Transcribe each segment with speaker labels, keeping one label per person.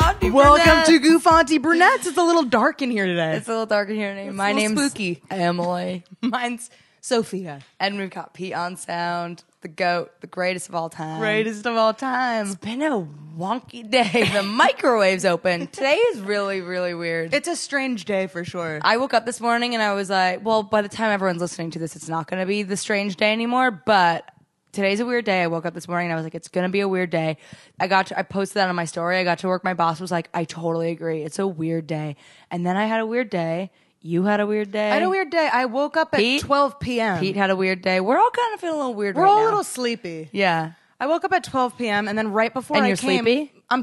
Speaker 1: Welcome to
Speaker 2: Brunettes.
Speaker 1: Goofanti Brunettes. It's a little dark in here today.
Speaker 2: It's a little dark in here today. My
Speaker 1: a little
Speaker 2: name's
Speaker 1: spooky.
Speaker 2: Emily,
Speaker 1: Mine's Sophia,
Speaker 2: and we've got Pete on sound, the goat, the greatest of all time.
Speaker 1: greatest of all time.
Speaker 2: It's been a wonky day. The microwave's open. Today is really, really weird.
Speaker 1: It's a strange day for sure.
Speaker 2: I woke up this morning and I was like, well, by the time everyone's listening to this, it's not going to be the strange day anymore. But today's a weird day. I woke up this morning and I was like, it's going to be a weird day. I got to, I posted that on my story. I got to work. My boss was like, I totally agree. It's a weird day. And then I had a weird day. You had a weird day.
Speaker 1: I had a weird day. I woke up at
Speaker 2: Pete?
Speaker 1: 12 p.m.
Speaker 2: Pete had a weird day. We're all kind of feeling a little weird
Speaker 1: We're
Speaker 2: right
Speaker 1: all a
Speaker 2: now.
Speaker 1: little sleepy.
Speaker 2: yeah.
Speaker 1: I woke up at 12 p.m. and then right before
Speaker 2: And
Speaker 1: I
Speaker 2: you're
Speaker 1: came,
Speaker 2: sleepy?
Speaker 1: I'm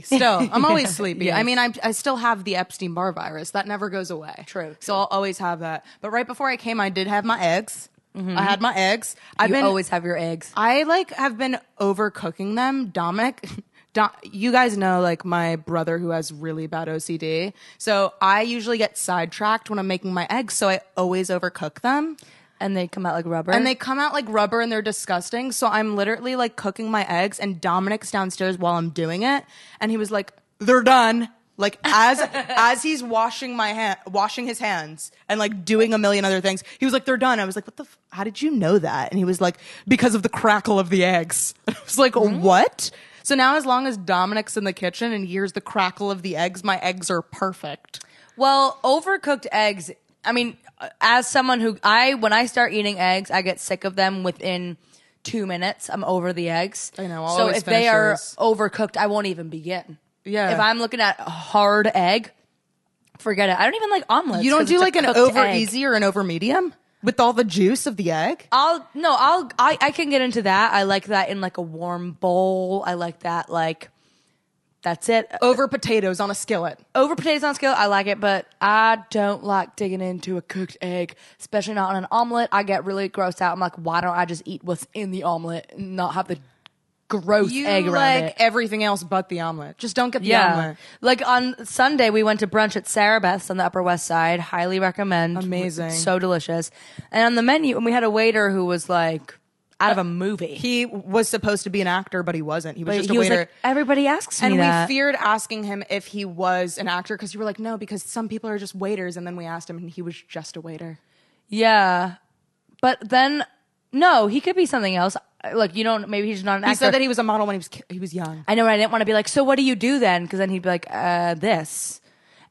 Speaker 1: still. I'm always sleepy.
Speaker 2: Yeah.
Speaker 1: I mean, I, I still have the Epstein Barr virus that never goes away.
Speaker 2: True,
Speaker 1: So I'll always have that. But right before I came, I did have my eggs. I had my eggs. I've
Speaker 2: Mm-hmm. you
Speaker 1: been
Speaker 2: always have your eggs.
Speaker 1: I like have been overcooking them. Dominic, Dom, you guys know like my brother who has really bad OCD. So I usually get sidetracked when I'm making my eggs. So I always overcook them.
Speaker 2: And they come out like rubber.
Speaker 1: And they come out like rubber and they're disgusting. So I'm literally like cooking my eggs and Dominic's downstairs while I'm doing it and he was like, "They're done." Like as as he's washing my hand, washing his hands and like doing a million other things. He was like, "They're done." I was like, "What the f- How did you know that?" And he was like, "Because of the crackle of the eggs." I was like,
Speaker 2: Mm-hmm.
Speaker 1: "What?" So now as long as Dominic's in the kitchen and hears the crackle of the eggs, my eggs are perfect.
Speaker 2: Well, overcooked eggs. I mean, as someone who I when I start eating eggs, I get sick of them within two minutes. I'm over the eggs.
Speaker 1: I know, I'll
Speaker 2: so
Speaker 1: always
Speaker 2: if they
Speaker 1: finish
Speaker 2: are
Speaker 1: yours.
Speaker 2: overcooked, I won't even begin.
Speaker 1: Yeah.
Speaker 2: If I'm looking at a hard egg, forget it. I don't even like omelets.
Speaker 1: You don't
Speaker 2: 'cause
Speaker 1: do
Speaker 2: it's a
Speaker 1: like an
Speaker 2: cooked
Speaker 1: over
Speaker 2: egg.
Speaker 1: easy or an over medium with all the juice of the egg?
Speaker 2: I'll no. I'll I, I can get into that. I like that in like a warm bowl. I like that like. That's it.
Speaker 1: over potatoes on a skillet.
Speaker 2: over potatoes on skillet, I like it, but I don't like digging into a cooked egg, especially not on an omelet. I get really grossed out. I'm like, why don't I just eat what's in the omelet and not have the gross
Speaker 1: You
Speaker 2: egg around
Speaker 1: like
Speaker 2: it?
Speaker 1: everything else but the omelet. Just don't get the
Speaker 2: Yeah.
Speaker 1: omelet.
Speaker 2: Like on Sunday, we went to brunch at Sarah Beth's on the Upper West Side. Highly recommend.
Speaker 1: Amazing.
Speaker 2: So delicious. And on the menu, and we had a waiter who was like out of a movie.
Speaker 1: He was supposed to be an actor, but he wasn't. He was just
Speaker 2: he
Speaker 1: a
Speaker 2: was
Speaker 1: waiter.
Speaker 2: like, everybody asks me
Speaker 1: and
Speaker 2: that.
Speaker 1: we feared asking him if he was an actor because you were like, no, because some people are just waiters. And then we asked him, and he was just a waiter.
Speaker 2: Yeah, but then no, he could be something else. Like you don't. Maybe he's just not an
Speaker 1: He
Speaker 2: actor.
Speaker 1: said that he was a model when he was ki- he was young.
Speaker 2: I know. And I didn't want to be like, so what do you do then? Because then he'd be like, uh, this.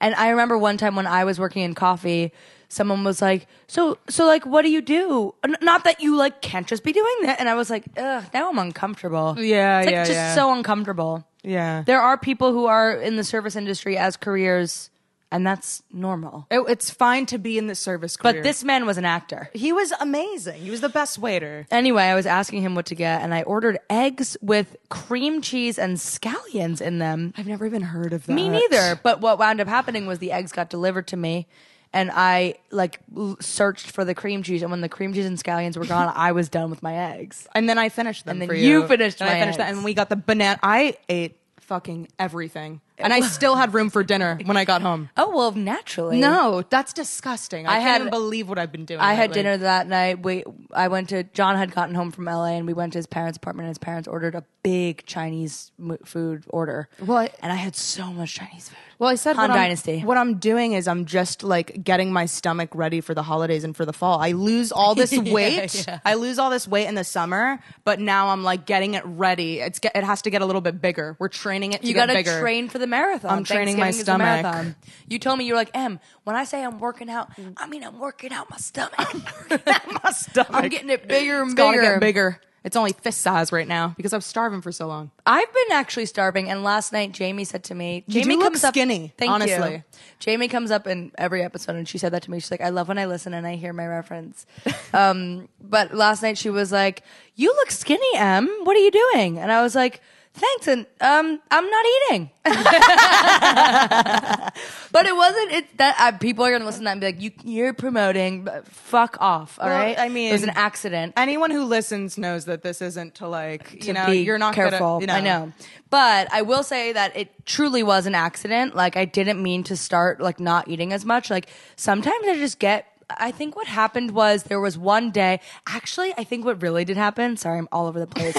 Speaker 2: And I remember one time when I was working in coffee, someone was like, so so like, what do you do? N- not that you like can't just be doing that. And I was like, ugh, now I'm uncomfortable.
Speaker 1: Yeah,
Speaker 2: it's like
Speaker 1: yeah,
Speaker 2: just
Speaker 1: yeah.
Speaker 2: so uncomfortable.
Speaker 1: Yeah,
Speaker 2: There are people who are in the service industry as careers, and that's normal.
Speaker 1: It- it's fine to be in the service career.
Speaker 2: But this man was an actor.
Speaker 1: he was amazing. He was the best waiter.
Speaker 2: Anyway, I was asking him what to get, and I ordered eggs with cream cheese and scallions in them.
Speaker 1: I've never even heard of that.
Speaker 2: Me neither. But what wound up happening was the eggs got delivered to me, and I like l- searched for the cream cheese. And when the cream cheese and scallions were gone, I was done with my eggs.
Speaker 1: And then I finished them.
Speaker 2: And then
Speaker 1: for
Speaker 2: you
Speaker 1: you.
Speaker 2: finished
Speaker 1: And
Speaker 2: my
Speaker 1: I finished that,
Speaker 2: eggs.
Speaker 1: and we got the banana. I ate fucking everything, and I still had room for dinner when I got home.
Speaker 2: Oh well, naturally.
Speaker 1: No, that's disgusting. I,
Speaker 2: I
Speaker 1: can't
Speaker 2: had-
Speaker 1: even believe what I've been doing.
Speaker 2: I had
Speaker 1: lately.
Speaker 2: dinner that night. We, I went to John had gotten home from LA, and we went to his parents' apartment. and His parents ordered a big Chinese mo- food order.
Speaker 1: Well, I-
Speaker 2: and I had so much Chinese food.
Speaker 1: Well, I said
Speaker 2: Han
Speaker 1: what I'm-
Speaker 2: Dynasty.
Speaker 1: what I'm doing is I'm just like getting my stomach ready for the holidays and for the fall. I lose all this
Speaker 2: Yeah,
Speaker 1: weight.
Speaker 2: yeah.
Speaker 1: I lose all this weight in the summer, but now I'm like getting it ready. It's get, it has to get a little bit bigger. We're training it to
Speaker 2: You
Speaker 1: get
Speaker 2: gotta
Speaker 1: bigger.
Speaker 2: train for the marathon.
Speaker 1: I'm training my
Speaker 2: Thanksgiving is a
Speaker 1: stomach.
Speaker 2: marathon. You told me you were like, Em, when I say I'm working out, I mean I'm working out my stomach. I'm working out my
Speaker 1: stomach.
Speaker 2: I'm getting it bigger and
Speaker 1: It's gotta
Speaker 2: bigger.
Speaker 1: get bigger. It's only fist size right now because I'm starving for so long.
Speaker 2: I've been actually starving, and last night Jamie said to me,
Speaker 1: You
Speaker 2: Jamie
Speaker 1: do look
Speaker 2: comes
Speaker 1: skinny,
Speaker 2: up, thank You.
Speaker 1: honestly.
Speaker 2: Jamie comes up in every episode, and she said that to me. She's like, I love when I listen and I hear my reference. um, but last night she was like, You look skinny, Em. What are you doing? And I was like, Thanks, and um, I'm not eating. but it wasn't. It that uh, people are gonna listen to that and be like, "You, you're promoting." But fuck off, all
Speaker 1: Well,
Speaker 2: right?
Speaker 1: I mean-
Speaker 2: it was an accident.
Speaker 1: Anyone who listens knows that this isn't to like you
Speaker 2: to
Speaker 1: know
Speaker 2: be
Speaker 1: you're not
Speaker 2: careful.
Speaker 1: Gonna, you
Speaker 2: I know, but I will say that it truly was an accident. Like I didn't mean to start like not eating as much. Like sometimes I just get. I think what happened was there was one day. Actually, I think what really did happen. Sorry, I'm all over the place.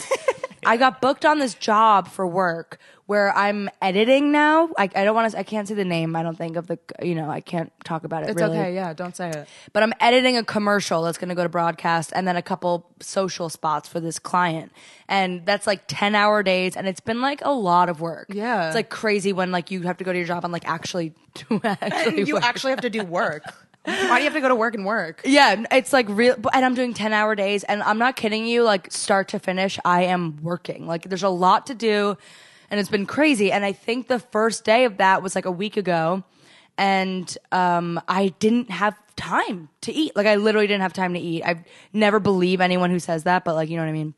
Speaker 2: I got booked on this job for work where I'm editing now. I, I don't want to. I can't say the name. I don't think of the. You know, I can't talk about it.
Speaker 1: It's
Speaker 2: really.
Speaker 1: okay. Yeah, don't say it.
Speaker 2: But I'm editing a commercial that's going to go to broadcast, and then a couple social spots for this client, and that's like ten hour days, and it's been like a lot of work.
Speaker 1: Yeah.
Speaker 2: it's like crazy when like you have to go to your job and like actually do actually
Speaker 1: You
Speaker 2: work.
Speaker 1: actually have to do work. Why do you have to go to work and work?
Speaker 2: Yeah, it's like real, but- and I'm doing 10 hour days, and I'm not kidding you, like start to finish, I am working. Like, there's a lot to do, and it's been crazy. And I think the first day of that was like a week ago, and um, I didn't have time to eat. Like, I literally didn't have time to eat. I never believe anyone who says that, but like, you know what I mean?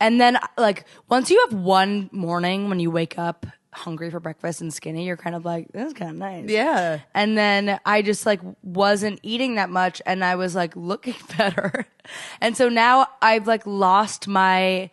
Speaker 2: And then, uh, like, once you have one morning when you wake up hungry for breakfast and skinny, you're kind of like, this is kind of nice.
Speaker 1: Yeah.
Speaker 2: And then I just like wasn't eating that much and I was like looking better. And so now I've like lost my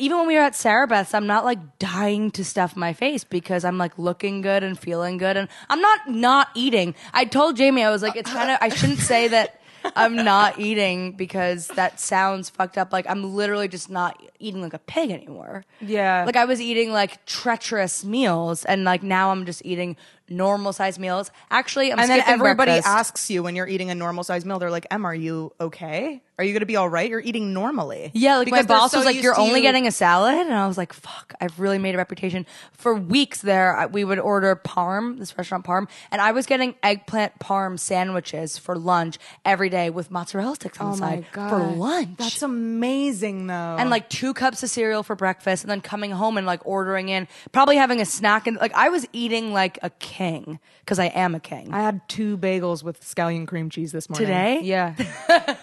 Speaker 2: even when we were at Sarah Beth's, I'm not like dying to stuff my face because I'm like looking good and feeling good and I'm not not eating. I told Jamie I was like it's kind of I shouldn't say that I'm not eating because that sounds fucked up. Like I'm literally just not eating like a pig anymore.
Speaker 1: Yeah.
Speaker 2: Like I was eating like treacherous meals and like now I'm just eating normal sized meals. Actually, I'm
Speaker 1: And then
Speaker 2: skipping
Speaker 1: everybody
Speaker 2: breakfast.
Speaker 1: asks you when you're eating a normal sized meal, they're like, Em, are you okay? Are you going to be all right? You're eating normally.
Speaker 2: Yeah, like
Speaker 1: Because
Speaker 2: my
Speaker 1: they're
Speaker 2: boss
Speaker 1: so
Speaker 2: was like,
Speaker 1: used
Speaker 2: "You're
Speaker 1: to
Speaker 2: only
Speaker 1: you-
Speaker 2: getting a salad," and I was like, "Fuck!" I've really made a reputation. For weeks there, I, we would order Parm, this restaurant Parm, and I was getting eggplant Parm sandwiches for lunch every day with mozzarella sticks on the side for lunch,
Speaker 1: Oh That's amazing, though.
Speaker 2: and like two cups of cereal for breakfast, and then coming home and like ordering in, probably having a snack, and like I was eating like a king because I am a king.
Speaker 1: I had two bagels with scallion cream cheese this morning.
Speaker 2: Today?
Speaker 1: Yeah.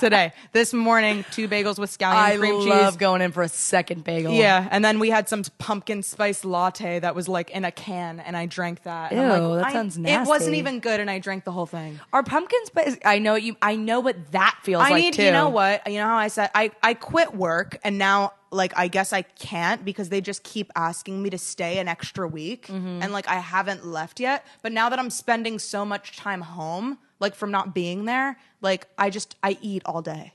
Speaker 1: Today. This morning, two bagels with scallion
Speaker 2: I
Speaker 1: cream
Speaker 2: love
Speaker 1: cheese.
Speaker 2: going in for a second bagel.
Speaker 1: Yeah, and then we had some pumpkin spice latte that was like in a can, and I drank that. And I'm
Speaker 2: Ew,
Speaker 1: like,
Speaker 2: that
Speaker 1: I-
Speaker 2: sounds
Speaker 1: It wasn't
Speaker 2: nasty.
Speaker 1: even good, and I drank the whole thing.
Speaker 2: Are pumpkins? But I know you. I know what that feels
Speaker 1: I
Speaker 2: like
Speaker 1: need,
Speaker 2: too.
Speaker 1: you know what? You know how I said I, I quit work and now like I guess I can't because they just keep asking me to stay an extra week
Speaker 2: Mm-hmm.
Speaker 1: and like I haven't left yet. But now that I'm spending so much time home, like from not being there, like I just I eat all day.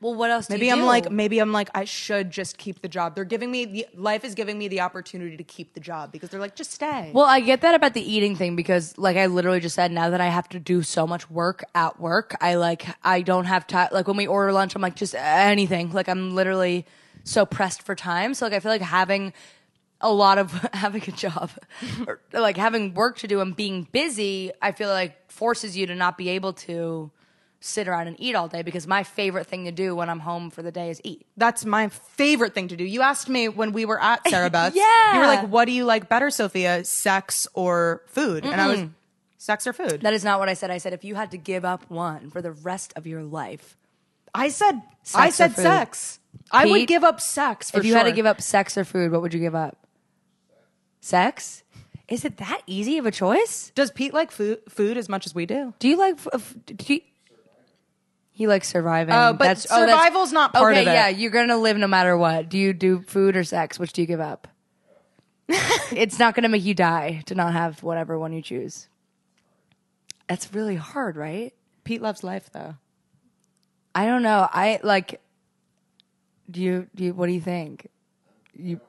Speaker 2: Well, what else? do
Speaker 1: Maybe
Speaker 2: you
Speaker 1: I'm
Speaker 2: do?
Speaker 1: like maybe I'm like I should just keep the job. They're giving me the, life is giving me the opportunity to keep the job because they're like just stay.
Speaker 2: Well, I get that about the eating thing because, like I literally just said, now that I have to do so much work at work, I like I don't have time. Like when we order lunch, I'm like just anything. Like I'm literally so pressed for time. So like I feel like having a lot of having a job, or, like having work to do and being busy, I feel like forces you to not be able to sit around and eat all day because my favorite thing to do when I'm home for the day is eat.
Speaker 1: That's my favorite thing to do. You asked me when we were at Sarah Beth's.
Speaker 2: Yeah.
Speaker 1: You were like, what do you like better, Sophia, sex or food? And I was, sex or food?
Speaker 2: That is not what I said. I said if you had to give up one for the rest of your life,
Speaker 1: I said, I
Speaker 2: or
Speaker 1: said
Speaker 2: food?
Speaker 1: sex. I would
Speaker 2: Pete,
Speaker 1: give up sex for
Speaker 2: if you
Speaker 1: sure.
Speaker 2: had to give up sex or food, what would you give up? Sex? Is it that easy of a choice?
Speaker 1: Does Pete like food, food as much as we do?
Speaker 2: Do you like? f- f- Do you, he likes surviving.
Speaker 1: Oh, but survival's not part
Speaker 2: okay,
Speaker 1: of it.
Speaker 2: Yeah, you're gonna live no matter what. Do you do food or sex? Which do you give up? it's not gonna make you die to not have whatever one you choose. That's really hard, right?
Speaker 1: Pete loves life though.
Speaker 2: I don't know. I like. Do you? Do you? What do you think? You,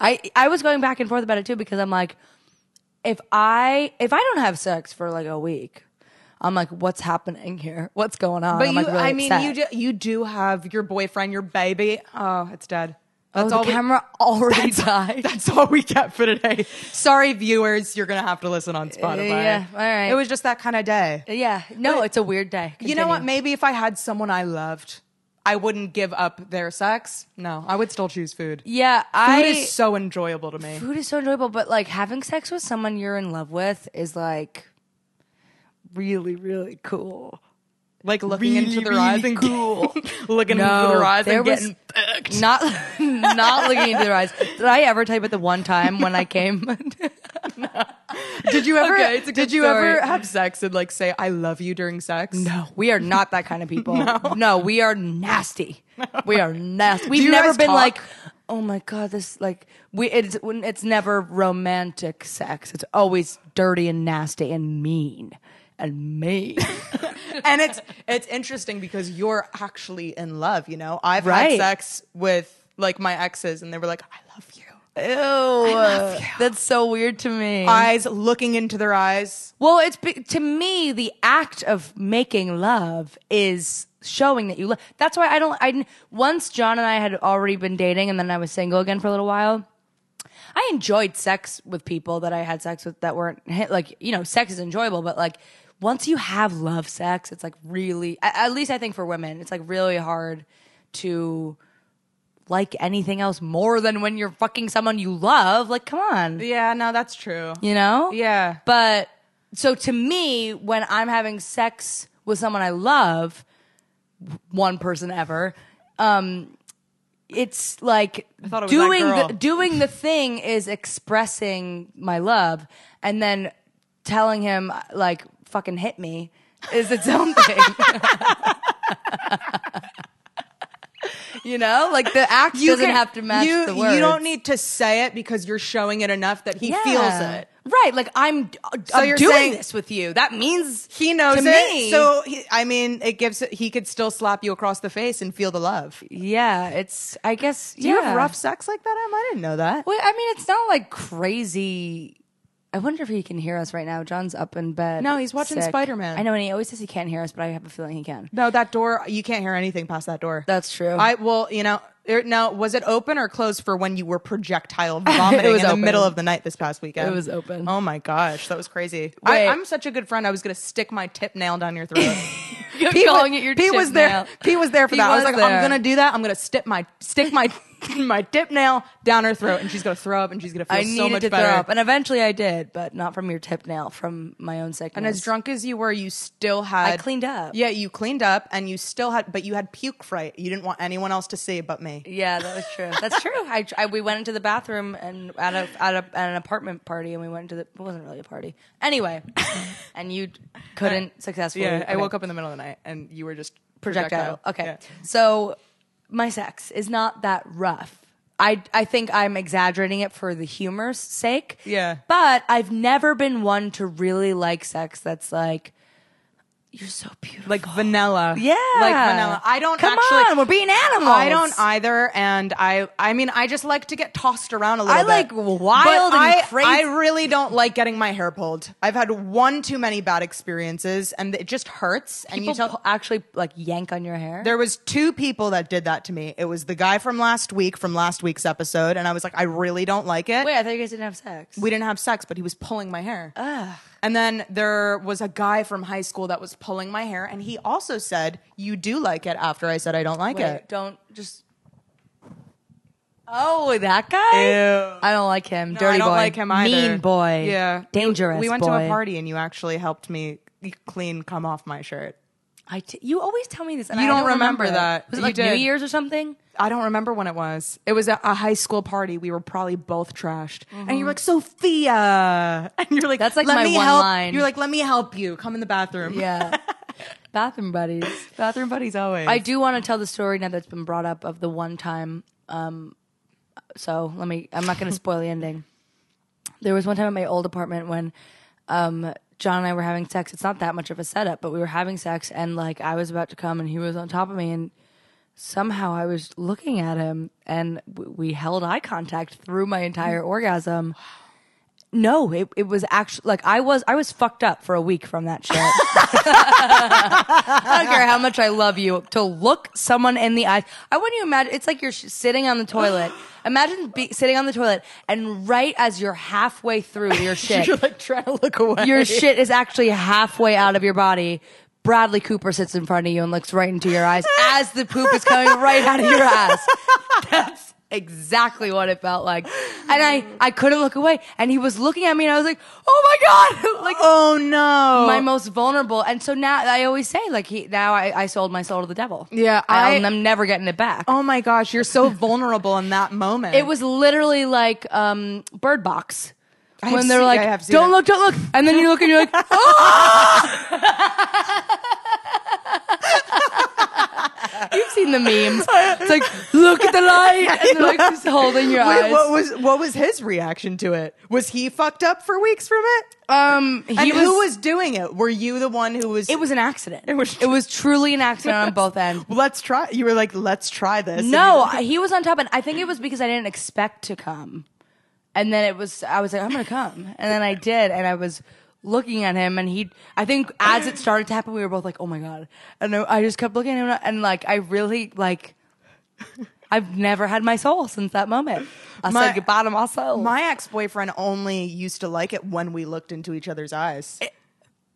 Speaker 2: I I was going back and forth about it too because I'm like, if I if I don't have sex for like a week, I'm like, what's happening here? What's going on?
Speaker 1: But
Speaker 2: I'm
Speaker 1: you,
Speaker 2: like really
Speaker 1: I mean,
Speaker 2: upset.
Speaker 1: you do, you do have your boyfriend, your baby. Oh, it's dead.
Speaker 2: Oh,
Speaker 1: That's
Speaker 2: the
Speaker 1: all we,
Speaker 2: camera already died.
Speaker 1: That's all we got for today. Sorry, viewers. You're gonna have to listen on Spotify.
Speaker 2: yeah, all right.
Speaker 1: It was just that kind of day.
Speaker 2: yeah, no, it's a weird day.
Speaker 1: You know what?
Speaker 2: Continue.
Speaker 1: Maybe if I had someone I loved, I wouldn't give up their sex. No, I would still choose food.
Speaker 2: Yeah,
Speaker 1: Food
Speaker 2: I
Speaker 1: is so enjoyable to me.
Speaker 2: food is so enjoyable, but like having sex with someone you're in love with is like really really cool.
Speaker 1: Like looking into
Speaker 2: Really,
Speaker 1: their eyes
Speaker 2: really
Speaker 1: and cool. looking into their eyes and getting.
Speaker 2: not not looking into their eyes. Did I ever tell you about the one time when I came?
Speaker 1: Did you ever?
Speaker 2: Okay, it's a
Speaker 1: did
Speaker 2: good
Speaker 1: you ever
Speaker 2: story.
Speaker 1: have sex and like say "I love you" during sex?
Speaker 2: no, we are not that kind of people. No, we are nasty. We are nasty. We've
Speaker 1: you
Speaker 2: never
Speaker 1: guys
Speaker 2: been
Speaker 1: talk?
Speaker 2: like, oh my god, this like we it's when- it's never romantic sex. It's always dirty and nasty and mean and mean.
Speaker 1: and it's it's interesting because you're actually in love. You know, I've
Speaker 2: Right.
Speaker 1: had sex with like my exes, and they were like, "I love you."
Speaker 2: Ew, that's so weird to me.
Speaker 1: Eyes looking into their eyes.
Speaker 2: well, it's be- to me the act of making love is showing that you love. That's why I don't. I didn't- once John and I had already been dating, and then I was single again for a little while. I enjoyed sex with people that I had sex with that weren't hit. Like, you know, sex is enjoyable, but like once you have love sex, it's like really, a- at least I think for women, it's like really hard to like anything else more than when you're fucking someone you love. Like, come on,
Speaker 1: Yeah, no, that's true.
Speaker 2: you know?
Speaker 1: Yeah.
Speaker 2: But so to me, when I'm having sex with someone I love, one person ever, um, it's like
Speaker 1: thought it was that
Speaker 2: doing
Speaker 1: girl.
Speaker 2: the doing the thing is expressing my love, and then telling him like fucking hit me is its own thing. you know, like the act doesn't
Speaker 1: can-
Speaker 2: have to match
Speaker 1: you,
Speaker 2: the words.
Speaker 1: You don't need to say it because you're showing it enough that he feels it.
Speaker 2: Right, like I'm, I'm
Speaker 1: you're
Speaker 2: doing
Speaker 1: saying-
Speaker 2: this with you. That means
Speaker 1: He knows
Speaker 2: to
Speaker 1: it.
Speaker 2: me-
Speaker 1: So he, I mean, it gives. He could still slap you across the face and feel the love.
Speaker 2: yeah, it's. I guess
Speaker 1: Do you have rough sex like that, Em? I didn't know that.
Speaker 2: Well, I mean, it's not like crazy. I wonder if he can hear us right now. John's up in bed.
Speaker 1: No, he's watching
Speaker 2: sick.
Speaker 1: Spider-Man.
Speaker 2: I know, and he always says he can't hear us, but I have a feeling he can.
Speaker 1: No, that door. You can't hear anything past that door.
Speaker 2: That's true.
Speaker 1: I well, you know. er, Now, was it open or closed for when you were projectile vomiting
Speaker 2: was
Speaker 1: in
Speaker 2: open.
Speaker 1: the middle of the night this past weekend?
Speaker 2: It was open.
Speaker 1: Oh my gosh, that was crazy.
Speaker 2: Wait.
Speaker 1: I, I'm such a good friend. I was gonna stick my tip nail down your throat.
Speaker 2: You're
Speaker 1: Pete
Speaker 2: calling
Speaker 1: was,
Speaker 2: it your
Speaker 1: Pete
Speaker 2: chip
Speaker 1: was there.
Speaker 2: now.
Speaker 1: Pete was there for
Speaker 2: He
Speaker 1: that. I was
Speaker 2: was
Speaker 1: like,
Speaker 2: there.
Speaker 1: I'm gonna do that. I'm gonna stick my stick my my dip nail down her throat, and she's gonna throw up, and she's gonna feel
Speaker 2: I
Speaker 1: so
Speaker 2: needed
Speaker 1: much
Speaker 2: to
Speaker 1: better.
Speaker 2: throw up, and eventually I did, but not from your tip nail, from my own sickness.
Speaker 1: And as drunk as you were, you still had.
Speaker 2: I cleaned up.
Speaker 1: Yeah, you cleaned up, and you still had, but you had puke fright. You didn't want anyone else to see but me.
Speaker 2: Yeah, that was true. That's true. I, I we went into the bathroom and at a at, a, at an apartment party, and we went into the. It wasn't really a party, anyway. and you couldn't successfully.
Speaker 1: Yeah, I
Speaker 2: okay.
Speaker 1: woke up in the middle of the night, and you were just
Speaker 2: projectile. Okay.
Speaker 1: Yeah.
Speaker 2: So my sex is not that rough. I, I think I'm exaggerating it for the humor's sake.
Speaker 1: Yeah.
Speaker 2: But I've never been one to really like sex that's like, you're so beautiful.
Speaker 1: Like vanilla.
Speaker 2: yeah.
Speaker 1: Like vanilla. I don't
Speaker 2: Come
Speaker 1: actually.
Speaker 2: on, we're being animals.
Speaker 1: I don't either, and I I mean I just like to get tossed around a little
Speaker 2: I
Speaker 1: bit.
Speaker 2: like wild and
Speaker 1: But I,
Speaker 2: crazy-
Speaker 1: I really don't like getting my hair pulled. I've had one too many bad experiences, and it just hurts. and you
Speaker 2: People
Speaker 1: tell
Speaker 2: pu- actually like yank on your hair.
Speaker 1: there was two people that did that to me. It was the guy from last week from last week's episode, and I was like, I really don't like it.
Speaker 2: Wait, I thought you guys didn't have sex.
Speaker 1: We didn't have sex, but he was pulling my hair. And then there was a guy from high school that was pulling my hair, and he also said, "You do like it." After I said, "I don't like
Speaker 2: Wait,
Speaker 1: it."
Speaker 2: don't just. Oh, that guy.
Speaker 1: Ew.
Speaker 2: I don't like him.
Speaker 1: No,
Speaker 2: Dirty
Speaker 1: I don't
Speaker 2: boy.
Speaker 1: like him either.
Speaker 2: Mean boy.
Speaker 1: Yeah.
Speaker 2: Dangerous.
Speaker 1: We went to
Speaker 2: boy.
Speaker 1: a party and you actually helped me clean come off my shirt.
Speaker 2: I t- you always tell me this. And
Speaker 1: You
Speaker 2: I
Speaker 1: don't
Speaker 2: don't remember,
Speaker 1: remember that.
Speaker 2: Was it
Speaker 1: You
Speaker 2: like New
Speaker 1: did.
Speaker 2: Year's or something?
Speaker 1: I don't remember when it was. It was a, a high school party. We were probably both trashed. And you're like, Sophia. And you're like,
Speaker 2: That's like
Speaker 1: let
Speaker 2: my
Speaker 1: me
Speaker 2: one
Speaker 1: help.
Speaker 2: line.
Speaker 1: You're like, let me help you. Come in the bathroom.
Speaker 2: Yeah. Bathroom buddies.
Speaker 1: Bathroom buddies always.
Speaker 2: I do want to tell the story now that's been brought up of the one time. Um, so let me. I'm not going to spoil the ending. There was one time at my old apartment when um, John and I were having sex. It's not that much of a setup, but we were having sex, and like I was about to come, and he was on top of me, and somehow I was looking at him, and w- we held eye contact through my entire orgasm. No, it, it was actually like I was I was fucked up for a week from that shit. I don't care how much I love you to look someone in the eyes. I wouldn't you imagine. It's like you're sh- sitting on the toilet. Imagine be, sitting on the toilet and right as you're halfway through your shit,
Speaker 1: You're like trying to look away.
Speaker 2: your shit is actually halfway out of your body. Bradley Cooper sits in front of you and looks right into your eyes as the poop is coming right out of your ass. That's exactly what it felt like. And I, I couldn't look away. And he was looking at me and I was like, oh my God. like,
Speaker 1: oh no.
Speaker 2: my most vulnerable. And so now I always say, like, he, now I, I sold my soul to the devil.
Speaker 1: Yeah,
Speaker 2: I,
Speaker 1: I-
Speaker 2: am never getting it back.
Speaker 1: oh my gosh. You're so vulnerable in that moment.
Speaker 2: It was literally like um, Bird Box.
Speaker 1: I've
Speaker 2: when they're
Speaker 1: seen-
Speaker 2: like,
Speaker 1: I have seen
Speaker 2: don't
Speaker 1: it."
Speaker 2: look, don't look. And then you look and you're like, "Oh!" "Ah!" You've seen the memes. It's like, look at the light, and they're like just holding your
Speaker 1: Wait,
Speaker 2: eyes.
Speaker 1: what was what was his reaction to it? Was he fucked up for weeks from it?
Speaker 2: um, he
Speaker 1: And
Speaker 2: was,
Speaker 1: who was doing it? Were you the one who was?
Speaker 2: It was an accident. It
Speaker 1: was-
Speaker 2: was. truly an accident on both ends.
Speaker 1: let's try. You were like, let's try this. And
Speaker 2: No, I- he was on top, and I think it was because I didn't expect to come. And then it was, I was like, I'm gonna come, and then I did, and I was looking at him, and he, I think as it started to happen, we were both like, oh my god, and I, I just kept looking at him, and like, I really like, I've never had my soul since that moment. I
Speaker 1: My-
Speaker 2: said goodbye to my soul.
Speaker 1: My ex boyfriend only used to like it when we looked into each other's eyes.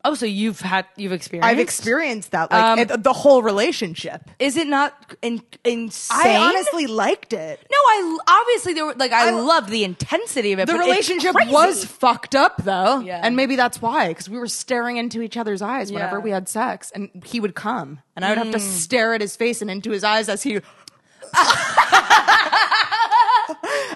Speaker 2: oh, so you've had, you've experienced.
Speaker 1: I've experienced that, like
Speaker 2: Um,
Speaker 1: it- the whole relationship.
Speaker 2: Is it not in, insane?
Speaker 1: I honestly liked it.
Speaker 2: No, I obviously there were like I,
Speaker 1: I-
Speaker 2: love the intensity of it.
Speaker 1: The
Speaker 2: but it's
Speaker 1: relationship
Speaker 2: crazy.
Speaker 1: was fucked up though,
Speaker 2: Yeah.
Speaker 1: and maybe that's why because we were staring into each other's eyes whenever
Speaker 2: Yeah. Mm.
Speaker 1: we had sex, and he would come, and I would have to stare at his face and into his eyes as he.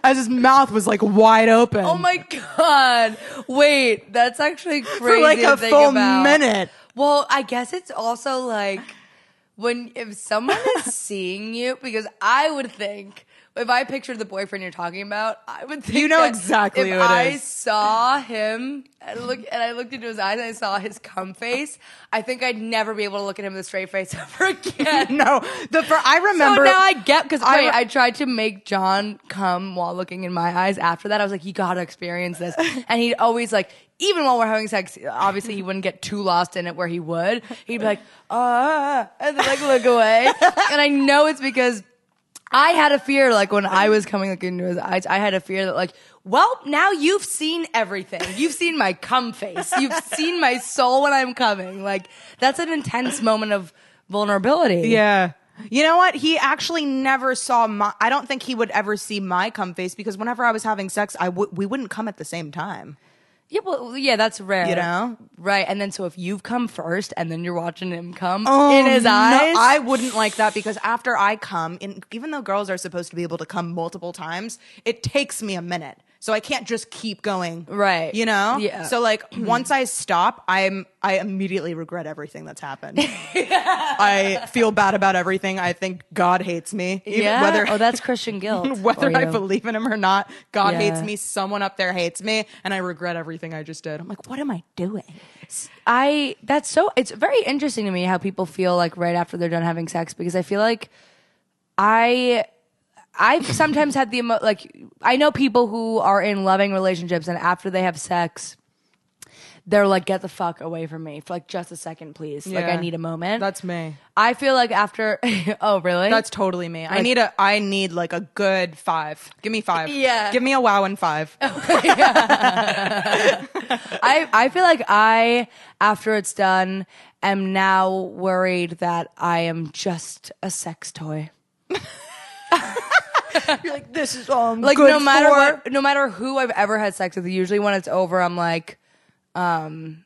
Speaker 1: As his mouth was like wide open.
Speaker 2: Oh my god! Wait, that's actually crazy.
Speaker 1: For like
Speaker 2: to
Speaker 1: a
Speaker 2: think
Speaker 1: full
Speaker 2: about.
Speaker 1: minute.
Speaker 2: Well, I guess it's also like when if someone is seeing you, because I would think if I pictured the boyfriend you're talking about, I would think
Speaker 1: You know
Speaker 2: that
Speaker 1: exactly
Speaker 2: if
Speaker 1: who it
Speaker 2: I
Speaker 1: is.
Speaker 2: saw him and look and I looked into his eyes and I saw his cum face. I think I'd never be able to look at him with a straight face ever again.
Speaker 1: No, the fir- I remember.
Speaker 2: So now I get because
Speaker 1: I
Speaker 2: I,
Speaker 1: re-
Speaker 2: I tried to make John come while looking in my eyes. After that, I was like, you gotta experience this, and he'd always like. Even while we're having sex, obviously he wouldn't get too lost in it where he would. He'd be like, ah, and then like look away. and I know it's because I had a fear, like when I was coming like into his eyes, I had a fear that like, well, now you've seen everything. You've seen my cum face. You've seen my soul when I'm coming. Like that's an intense moment of vulnerability.
Speaker 1: Yeah. You know what? He actually never saw my. I don't think he would ever see my cum face because whenever I was having sex, I would we wouldn't come at the same time.
Speaker 2: Yeah, well, yeah, that's rare.
Speaker 1: You know?
Speaker 2: right? And then so if you've come first, and then you're watching him come
Speaker 1: Oh,
Speaker 2: in his
Speaker 1: no,
Speaker 2: eyes,
Speaker 1: I wouldn't like that because after I come, in, even though girls are supposed to be able to come multiple times, it takes me a minute. So I can't just keep going.
Speaker 2: Right.
Speaker 1: You know?
Speaker 2: Yeah.
Speaker 1: So like once I stop, I'm I immediately regret everything that's happened. I feel bad about everything. I think God hates me. Even
Speaker 2: yeah.
Speaker 1: Whether
Speaker 2: oh, that's Christian guilt.
Speaker 1: whether
Speaker 2: for
Speaker 1: I
Speaker 2: you.
Speaker 1: believe in him or not, God
Speaker 2: Yeah.
Speaker 1: hates me, someone up there hates me, and I regret everything I just did. I'm like, what am I doing?
Speaker 2: I that's so it's very interesting to me how people feel like right after they're done having sex because I feel like I I've sometimes had the emo- like I know people who are in loving relationships and after they have sex they're like get the fuck away from me for like just a second please like I
Speaker 1: Yeah.
Speaker 2: need a moment
Speaker 1: That's me.
Speaker 2: I feel like after oh really
Speaker 1: That's totally me. I
Speaker 2: Like-
Speaker 1: need a I need like a good five. Give me five.
Speaker 2: Yeah.
Speaker 1: Give me a wow and five.
Speaker 2: I, I feel like I, after it's done, am now worried that I am just a sex toy.
Speaker 1: You're like, this is all I'm
Speaker 2: Like
Speaker 1: good
Speaker 2: no matter
Speaker 1: for.
Speaker 2: what, no matter who I've ever had sex with, usually when it's over, I'm like, um,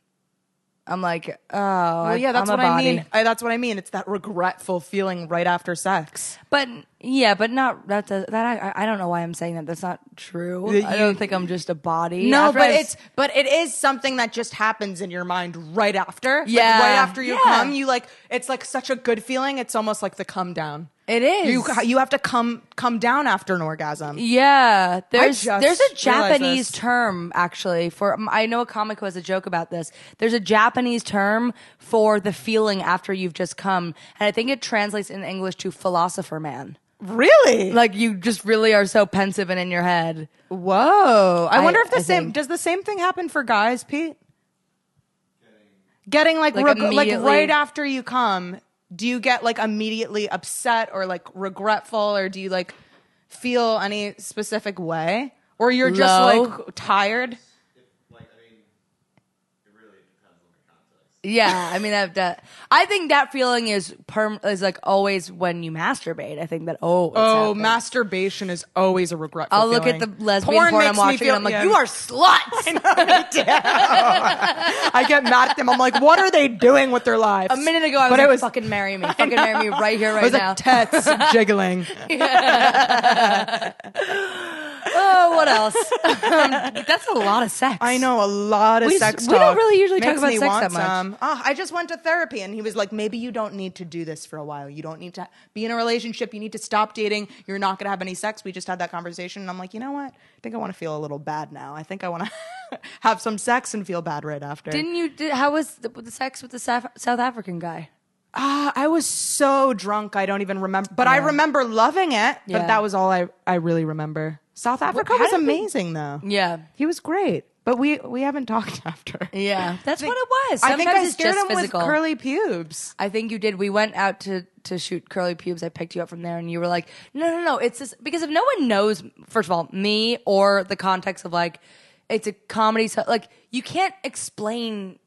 Speaker 2: I'm like, oh,
Speaker 1: Well, yeah, that's
Speaker 2: I'm
Speaker 1: what
Speaker 2: a
Speaker 1: I
Speaker 2: body.
Speaker 1: mean. I, that's what I mean. It's that regretful feeling right after sex.
Speaker 2: But yeah, but not that. Does, that I, I don't know why I'm saying that. That's not true.
Speaker 1: That
Speaker 2: I
Speaker 1: you-
Speaker 2: don't think I'm just a body.
Speaker 1: No,
Speaker 2: After
Speaker 1: but
Speaker 2: I've-
Speaker 1: it's but it is something that just happens in your mind right after. Like,
Speaker 2: Yeah.
Speaker 1: right after you
Speaker 2: Yeah.
Speaker 1: come, you like it's like such a good feeling. It's almost like the come down.
Speaker 2: it is.
Speaker 1: You you have to come come down after an orgasm.
Speaker 2: Yeah, there's
Speaker 1: just
Speaker 2: there's a
Speaker 1: realized
Speaker 2: Japanese
Speaker 1: this.
Speaker 2: term actually for um, I know a comic who has a joke about this. There's a Japanese term for the feeling after you've just come, and I think it translates in English to philosopher man.
Speaker 1: Really?
Speaker 2: Like you just really are so pensive and in your head.
Speaker 1: Whoa. I,
Speaker 2: I-
Speaker 1: wonder if the
Speaker 2: I
Speaker 1: same
Speaker 2: think-
Speaker 1: does the same thing happen for guys, Pete? Getting like
Speaker 2: Like,
Speaker 1: reg- like
Speaker 2: immediately-
Speaker 1: right after you come, do you get like immediately upset or like regretful or do you like feel any specific way or you're just
Speaker 2: Low.
Speaker 1: like tired?
Speaker 3: Like, I mean, it really depends on the context.
Speaker 2: Yeah, I mean that, that I think that feeling is perm is like always when you masturbate. I think that oh it's
Speaker 1: Oh,
Speaker 2: happening.
Speaker 1: masturbation is always a regretful
Speaker 2: I'll look at the
Speaker 1: feeling.
Speaker 2: lesbian porn, I'm
Speaker 1: makes me
Speaker 2: watching
Speaker 1: feel-
Speaker 2: and I'm like
Speaker 1: yeah.
Speaker 2: you are sluts.
Speaker 1: I get mad at them. I'm like, what are they doing with their lives?
Speaker 2: A minute ago I was
Speaker 1: But
Speaker 2: like
Speaker 1: it was
Speaker 2: fucking marry me. Fucking marry me right here right
Speaker 1: I was
Speaker 2: now.
Speaker 1: like tits jiggling.
Speaker 2: Oh, what else? Um, that's a lot of sex.
Speaker 1: I know a lot of
Speaker 2: We-
Speaker 1: sex
Speaker 2: we don't
Speaker 1: talk.
Speaker 2: really usually talk
Speaker 1: Makes
Speaker 2: about
Speaker 1: me
Speaker 2: sex
Speaker 1: want
Speaker 2: that much.
Speaker 1: some. Ah, I just went to therapy and he was like, maybe you don't need to do this for a while. You don't need to be in a relationship. You need to stop dating. You're not going to have any sex. We just had that conversation. And I'm like, you know what? I think I want to feel a little bad now. I think I want to have some sex and feel bad right after.
Speaker 2: Didn't you? Did, how was the, the sex with the South, South African guy?
Speaker 1: Ah, I was so drunk. I don't even remember. But I remember loving it.
Speaker 2: Yeah.
Speaker 1: But that was all I, I really remember. South Africa
Speaker 2: how
Speaker 1: was
Speaker 2: did we-
Speaker 1: amazing, though.
Speaker 2: Yeah,
Speaker 1: He was great. But we, we haven't talked after.
Speaker 2: yeah, that's
Speaker 1: think-
Speaker 2: what it was.
Speaker 1: I
Speaker 2: Sometimes
Speaker 1: think I
Speaker 2: it's
Speaker 1: scared
Speaker 2: just
Speaker 1: him
Speaker 2: physical.
Speaker 1: with curly pubes.
Speaker 2: I think you did. We went out to to shoot curly pubes. I picked you up from there, and you were like, "No, no, no! It's this because if no one knows, first of all, me or the context of like, it's a comedy. So like, you can't explain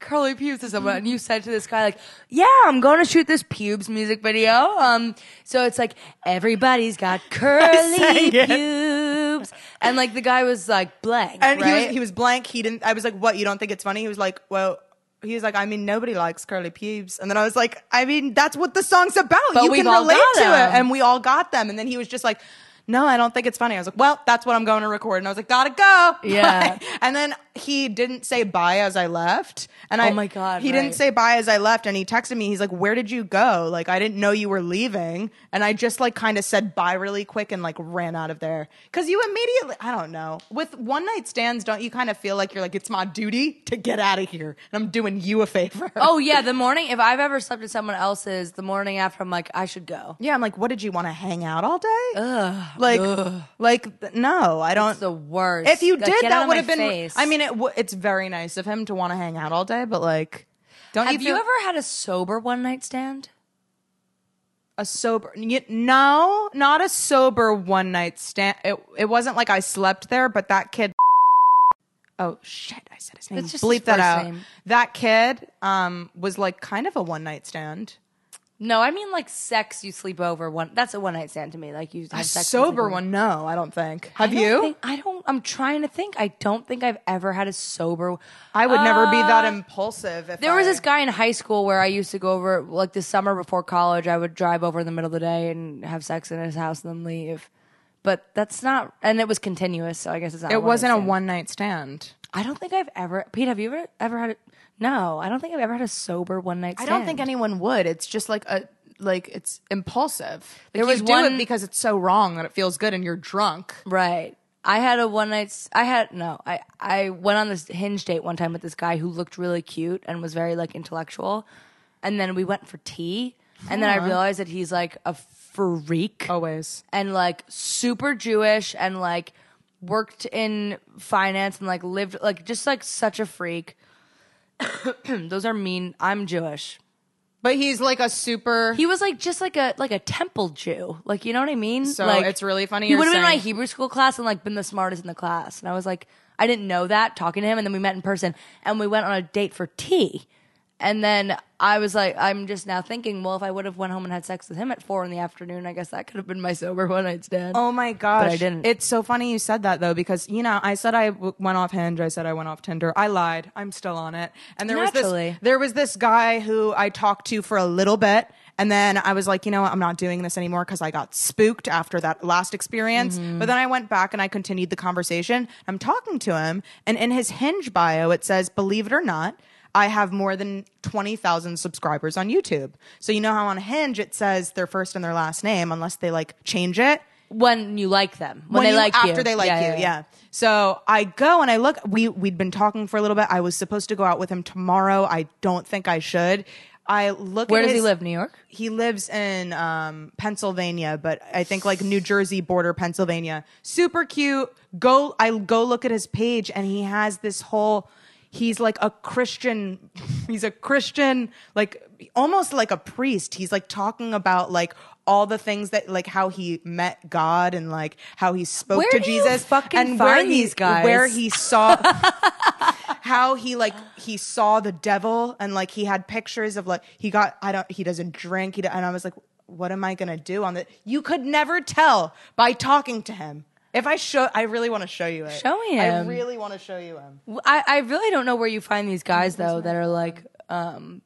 Speaker 2: curly pubes to someone." And you said to this guy, "Like, yeah, I'm going to shoot this pubes music video. Um, so it's like everybody's got curly
Speaker 1: sang it.
Speaker 2: pubes, and like the guy was like blank,
Speaker 1: And he,
Speaker 2: right?
Speaker 1: was, he was blank. He didn't. I was like, "What? You don't think it's funny?" He was like, "Well." He was like, I mean, nobody likes curly pubes. And then I was like, I mean, that's what the song's about. you
Speaker 2: we've
Speaker 1: can
Speaker 2: all
Speaker 1: relate
Speaker 2: got
Speaker 1: to
Speaker 2: them.
Speaker 1: it. And we all got them. And then he was just like, no, I don't think it's funny. I was like, well, that's what I'm going to record. And I was like, gotta go.
Speaker 2: Yeah.
Speaker 1: Bye. And then he didn't say bye as I left. And I,
Speaker 2: Oh my God,
Speaker 1: he
Speaker 2: right.
Speaker 1: didn't say bye as I left. And he texted me. He's like, where did you go? Like, I didn't know you were leaving. And I just like kind of said bye really quick and like ran out of there. Cause you immediately, I don't know. With one night stands, don't you kind of feel like you're like, it's my duty to get out of here and I'm doing you a favor.
Speaker 2: Oh yeah, the morning. If I've ever slept at someone else's, the morning after, I'm like, I should go.
Speaker 1: Yeah, I'm like, what did you want to hang out all day? like, like th- no, I don't.
Speaker 2: It's the worst.
Speaker 1: if you
Speaker 2: Like,
Speaker 1: did,
Speaker 2: get out
Speaker 1: that
Speaker 2: of
Speaker 1: would
Speaker 2: my
Speaker 1: have been.
Speaker 2: face.
Speaker 1: I mean, it w- it's very nice of him to want to hang out all day, but like, don't
Speaker 2: have you,
Speaker 1: feel-
Speaker 2: ever had a sober one night stand?
Speaker 1: a sober? y- No, not a sober one night stand. It it wasn't like I slept there, but that kid. Oh shit! I said his name.
Speaker 2: That's just his
Speaker 1: Bleep that
Speaker 2: first
Speaker 1: out.
Speaker 2: name.
Speaker 1: That kid um was like kind of a one night stand.
Speaker 2: No, I mean like sex. You sleep over one. That's a one night stand to me. Like you have
Speaker 1: A
Speaker 2: sex and
Speaker 1: sober
Speaker 2: sleep over.
Speaker 1: one? No, I don't think.
Speaker 2: I
Speaker 1: Have
Speaker 2: don't
Speaker 1: you?
Speaker 2: think- I don't. I'm trying to think. I don't think I've ever had a sober.
Speaker 1: I would never be that
Speaker 2: Uh,
Speaker 1: impulsive. If
Speaker 2: There was
Speaker 1: I-
Speaker 2: this guy in high school where I used to go over like the summer before college. I would drive over in the middle of the day and have sex in his house and then leave. But that's not, and it was continuous. So I guess it's not.
Speaker 1: It wasn't a
Speaker 2: one.
Speaker 1: one night stand.
Speaker 2: I don't think I've ever. Pete, have you ever ever had? A, no, I don't think I've ever had a sober one night
Speaker 1: I
Speaker 2: stand.
Speaker 1: don't think anyone would. It's just like a like it's impulsive. Like
Speaker 2: There
Speaker 1: you
Speaker 2: was
Speaker 1: do
Speaker 2: one-
Speaker 1: it because it's so wrong that it feels good and you're drunk.
Speaker 2: Right. I had a one night. s- I had no. I I went on this hinge date one time with this guy who looked really cute and was very like intellectual, and then we went for tea, and then I realized that he's like a freak.
Speaker 1: Always.
Speaker 2: and like super Jewish and like worked in finance and like lived like just like such a freak. Those are mean. I'm Jewish.
Speaker 1: But he's like a super
Speaker 2: He was like just like a like a temple Jew. Like you know what I mean?
Speaker 1: So
Speaker 2: like,
Speaker 1: it's really funny
Speaker 2: He
Speaker 1: you're
Speaker 2: would have been in my
Speaker 1: saying-
Speaker 2: Hebrew school class and like been the smartest in the class. And I was like, I didn't know that talking to him. And then we met in person and we went on a date for tea. And then I was like, I'm just now thinking, well, if I would have went home and had sex with him at four in the afternoon, I guess that could have been my sober one night stand.
Speaker 1: Oh my gosh.
Speaker 2: I didn't.
Speaker 1: It's so funny you said that though, because you know, I said I w- went off Hinge. I said I went off Tinder. I lied. I'm still on it. And there was
Speaker 2: Naturally.
Speaker 1: this, there was this guy who I talked to for a little bit. And then I was like, you know what? I'm not doing this anymore because I got spooked after that last experience.
Speaker 2: Mm-hmm.
Speaker 1: But then I went back and I continued the conversation. I'm talking to him, and in his Hinge bio, it says, believe it or not, I have more than 20,000 subscribers on YouTube. So you know how on Hinge it says their first and their last name, unless they like change it
Speaker 2: When you like them, when, they
Speaker 1: you-
Speaker 2: like
Speaker 1: after
Speaker 2: you,
Speaker 1: they like you, yeah, So I go and I look. We we'd been talking for a little bit. I was supposed to go out with him tomorrow. I don't think I should. I look.
Speaker 2: Where
Speaker 1: at
Speaker 2: does he
Speaker 1: his-
Speaker 2: live? New York.
Speaker 1: He lives in um, Pennsylvania, but I think like New Jersey border Pennsylvania. Super cute. Go. I go look at his page, and he has this whole. He's like a Christian. He's a Christian, like almost like a priest. He's like talking about like all the things that like how he met God and like how he spoke
Speaker 2: Where
Speaker 1: to
Speaker 2: do you
Speaker 1: Jesus
Speaker 2: fucking
Speaker 1: and where
Speaker 2: find
Speaker 1: he-
Speaker 2: these guys?
Speaker 1: where he saw how he like he saw the devil and like he had pictures of like he got I don't he doesn't drink he don't, and I was like what am I gonna do on that you could never tell by talking to him if I show I really want to show you it
Speaker 2: Show
Speaker 1: I
Speaker 2: him.
Speaker 1: really want to show you him
Speaker 2: I, I really don't know where Oh, you find these guys though that are like um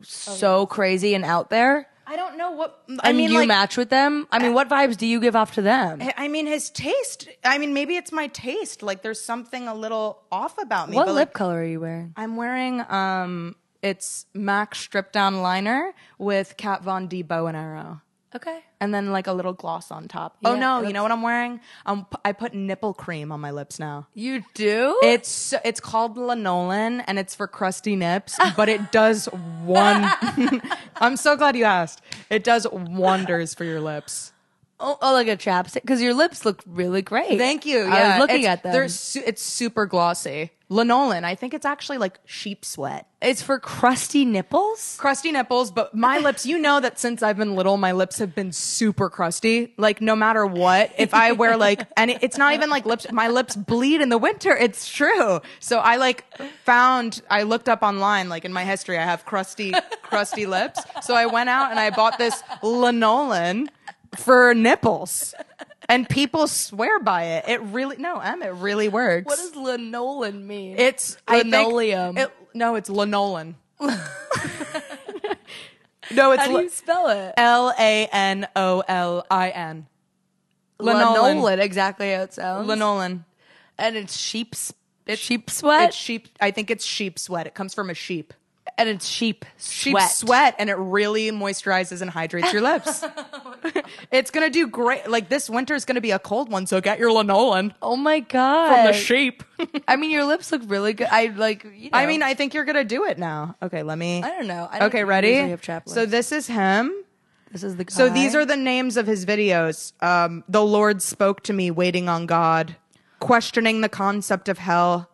Speaker 2: so crazy and out there.
Speaker 1: I don't know what. I
Speaker 2: I mean,
Speaker 1: mean,
Speaker 2: you
Speaker 1: like,
Speaker 2: match with them. I mean, what vibes do you give off to them?
Speaker 1: I- I mean, his taste. I mean, maybe it's my taste. Like, there's something a little off about me.
Speaker 2: What
Speaker 1: but,
Speaker 2: lip
Speaker 1: like,
Speaker 2: color are you wearing?
Speaker 1: I'm wearing um, it's MAC stripped down liner with Kat Von D bow and arrow,
Speaker 2: Okay.
Speaker 1: and then like a little gloss on top. oh
Speaker 2: Yeah,
Speaker 1: no,
Speaker 2: it
Speaker 1: you know what I'm wearing? Um, p- I put nipple cream on my lips now.
Speaker 2: You do?
Speaker 1: It's so- it's called lanolin and it's for crusty nips, but it does one. I'm so glad you asked. It does wonders for your lips.
Speaker 2: oh, oh, like a chapstick? Because your lips look really great.
Speaker 1: Thank you. Yeah,
Speaker 2: I was looking
Speaker 1: it's,
Speaker 2: at them.
Speaker 1: They're su- it's super glossy. Lanolin. I think it's actually like sheep sweat.
Speaker 2: It's for crusty nipples?
Speaker 1: crusty nipples, but my lips, you know that since I've been little, my lips have been super crusty. Like no matter what, if I wear like, and it- it's not even like lips, my lips bleed in the winter. It's true. So I like found, I looked up online, like in my history, I have crusty, crusty lips. So I went out and I bought this lanolin for nipples. And people swear by it. It really, no, Em, it really works.
Speaker 2: What does lanolin mean?
Speaker 1: It's I think-
Speaker 2: Linoleum.
Speaker 1: it- no, it's linolin. no, it's
Speaker 2: How do you spell it?
Speaker 1: L A N O L I N. Linolin.
Speaker 2: Lanolin, exactly how it sounds.
Speaker 1: Linolin.
Speaker 2: and it's sheep's it's sheep sweat
Speaker 1: It's sheep. I think it's sheep sweat. It comes from a sheep.
Speaker 2: and it's sheep
Speaker 1: Sheep sweat, and it really moisturizes and hydrates your lips. it's gonna do great. Like this winter is gonna be a cold one, so get your linolin
Speaker 2: Oh my god!
Speaker 1: from the sheep.
Speaker 2: I mean, your lips look really good. I like. You know,
Speaker 1: I mean, I think you're gonna do it now. Okay, let me.
Speaker 2: I don't know. I don't
Speaker 1: okay,
Speaker 2: usually
Speaker 1: ready?
Speaker 2: have chap
Speaker 1: so
Speaker 2: lips.
Speaker 1: this is him.
Speaker 2: this is the guy.
Speaker 1: So these are the names of his videos. Um, the Lord spoke to me, waiting on God, questioning the concept of hell.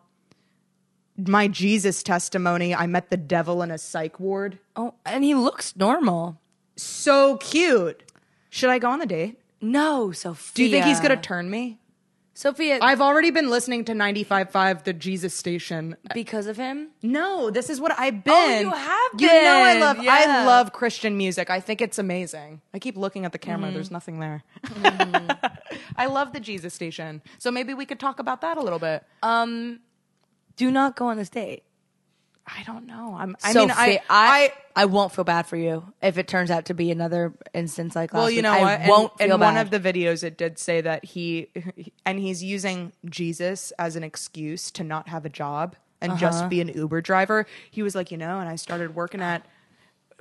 Speaker 1: My Jesus testimony. I met the devil in a psych ward.
Speaker 2: Oh, and he looks normal.
Speaker 1: So cute. Should I go on the date?
Speaker 2: No, Sophia.
Speaker 1: Do you think he's gonna turn me?
Speaker 2: Sophia,
Speaker 1: I've already been listening to 95.5, the Jesus station.
Speaker 2: because of him.
Speaker 1: No, this is what I've been.
Speaker 2: you have
Speaker 1: You know I
Speaker 2: been.
Speaker 1: love
Speaker 2: Yeah.
Speaker 1: I love Christian music. I think it's amazing. I keep looking at the camera. There's nothing there. I love the Jesus station. So maybe we could talk about that a little bit.
Speaker 2: Um, do not go on this date.
Speaker 1: I don't know. I'm I mean
Speaker 2: Sophia,
Speaker 1: I
Speaker 2: I, I won't feel bad for you if it turns out to be another instance like last
Speaker 1: well, you
Speaker 2: week.
Speaker 1: know
Speaker 2: I
Speaker 1: what? And-
Speaker 2: won't
Speaker 1: in
Speaker 2: feel bad.
Speaker 1: one of the videos it did say that he and he's using Jesus as an excuse to not have a job and just be an Uber driver. He was like, you know, and I started working at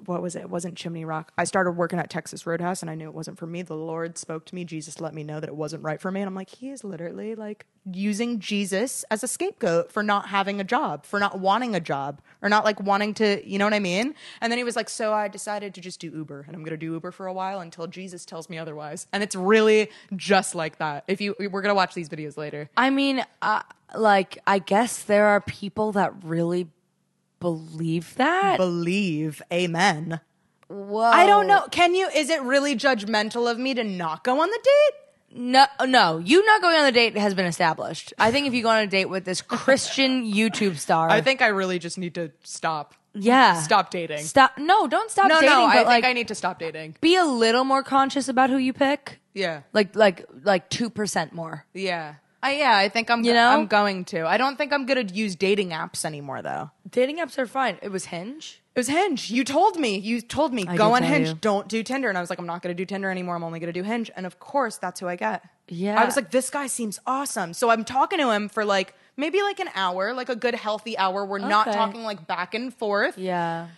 Speaker 1: what was it? It wasn't Chimney Rock. I started working at Texas Roadhouse and I knew it wasn't for me. The Lord spoke to me. Jesus let me know that it wasn't right for me. And I'm like, he is literally like using Jesus as a scapegoat for not having a job, for not wanting a job, or not like wanting to, you know what I mean? And then he was like, so I decided to just do Uber and I'm going to do Uber for a while until Jesus tells me otherwise. And it's really just like that. If you, we're going to watch these videos later.
Speaker 2: I mean, uh, like, I guess there are people that really believe that.
Speaker 1: Believe. Amen. Oh.
Speaker 2: Whoa.
Speaker 1: I don't know. Can you, is it really judgmental of me to not go on the date?
Speaker 2: No, no, you not going on the date has been established. I think if you go on a date with this Christian YouTube star,
Speaker 1: I think I really just need to stop.
Speaker 2: yeah,
Speaker 1: Stop dating.
Speaker 2: Uh, Stop. No, don't stop
Speaker 1: No,
Speaker 2: dating.
Speaker 1: no, I
Speaker 2: but
Speaker 1: think
Speaker 2: like,
Speaker 1: I need to stop dating.
Speaker 2: be a little more conscious about who you pick.
Speaker 1: Yeah.
Speaker 2: Like, like, like two percent more.
Speaker 1: Yeah. I, Uh, yeah, I think I'm
Speaker 2: You
Speaker 1: you
Speaker 2: know?
Speaker 1: I'm going to. I don't think I'm going to use dating apps anymore though.
Speaker 2: Dating apps are fine. It was Hinge.
Speaker 1: It was Hinge. You told me. You told me
Speaker 2: I
Speaker 1: go
Speaker 2: did
Speaker 1: on
Speaker 2: tell
Speaker 1: Hinge.
Speaker 2: you.
Speaker 1: Don't do Tinder. And I was like, I'm not going to do Tinder anymore. I'm only going to do Hinge. And of course, that's who I get.
Speaker 2: Yeah.
Speaker 1: I was like, this guy seems awesome. So I'm talking to him for like maybe like an hour, like a good healthy hour. We're not
Speaker 2: Okay.
Speaker 1: talking like back and forth.
Speaker 2: Yeah.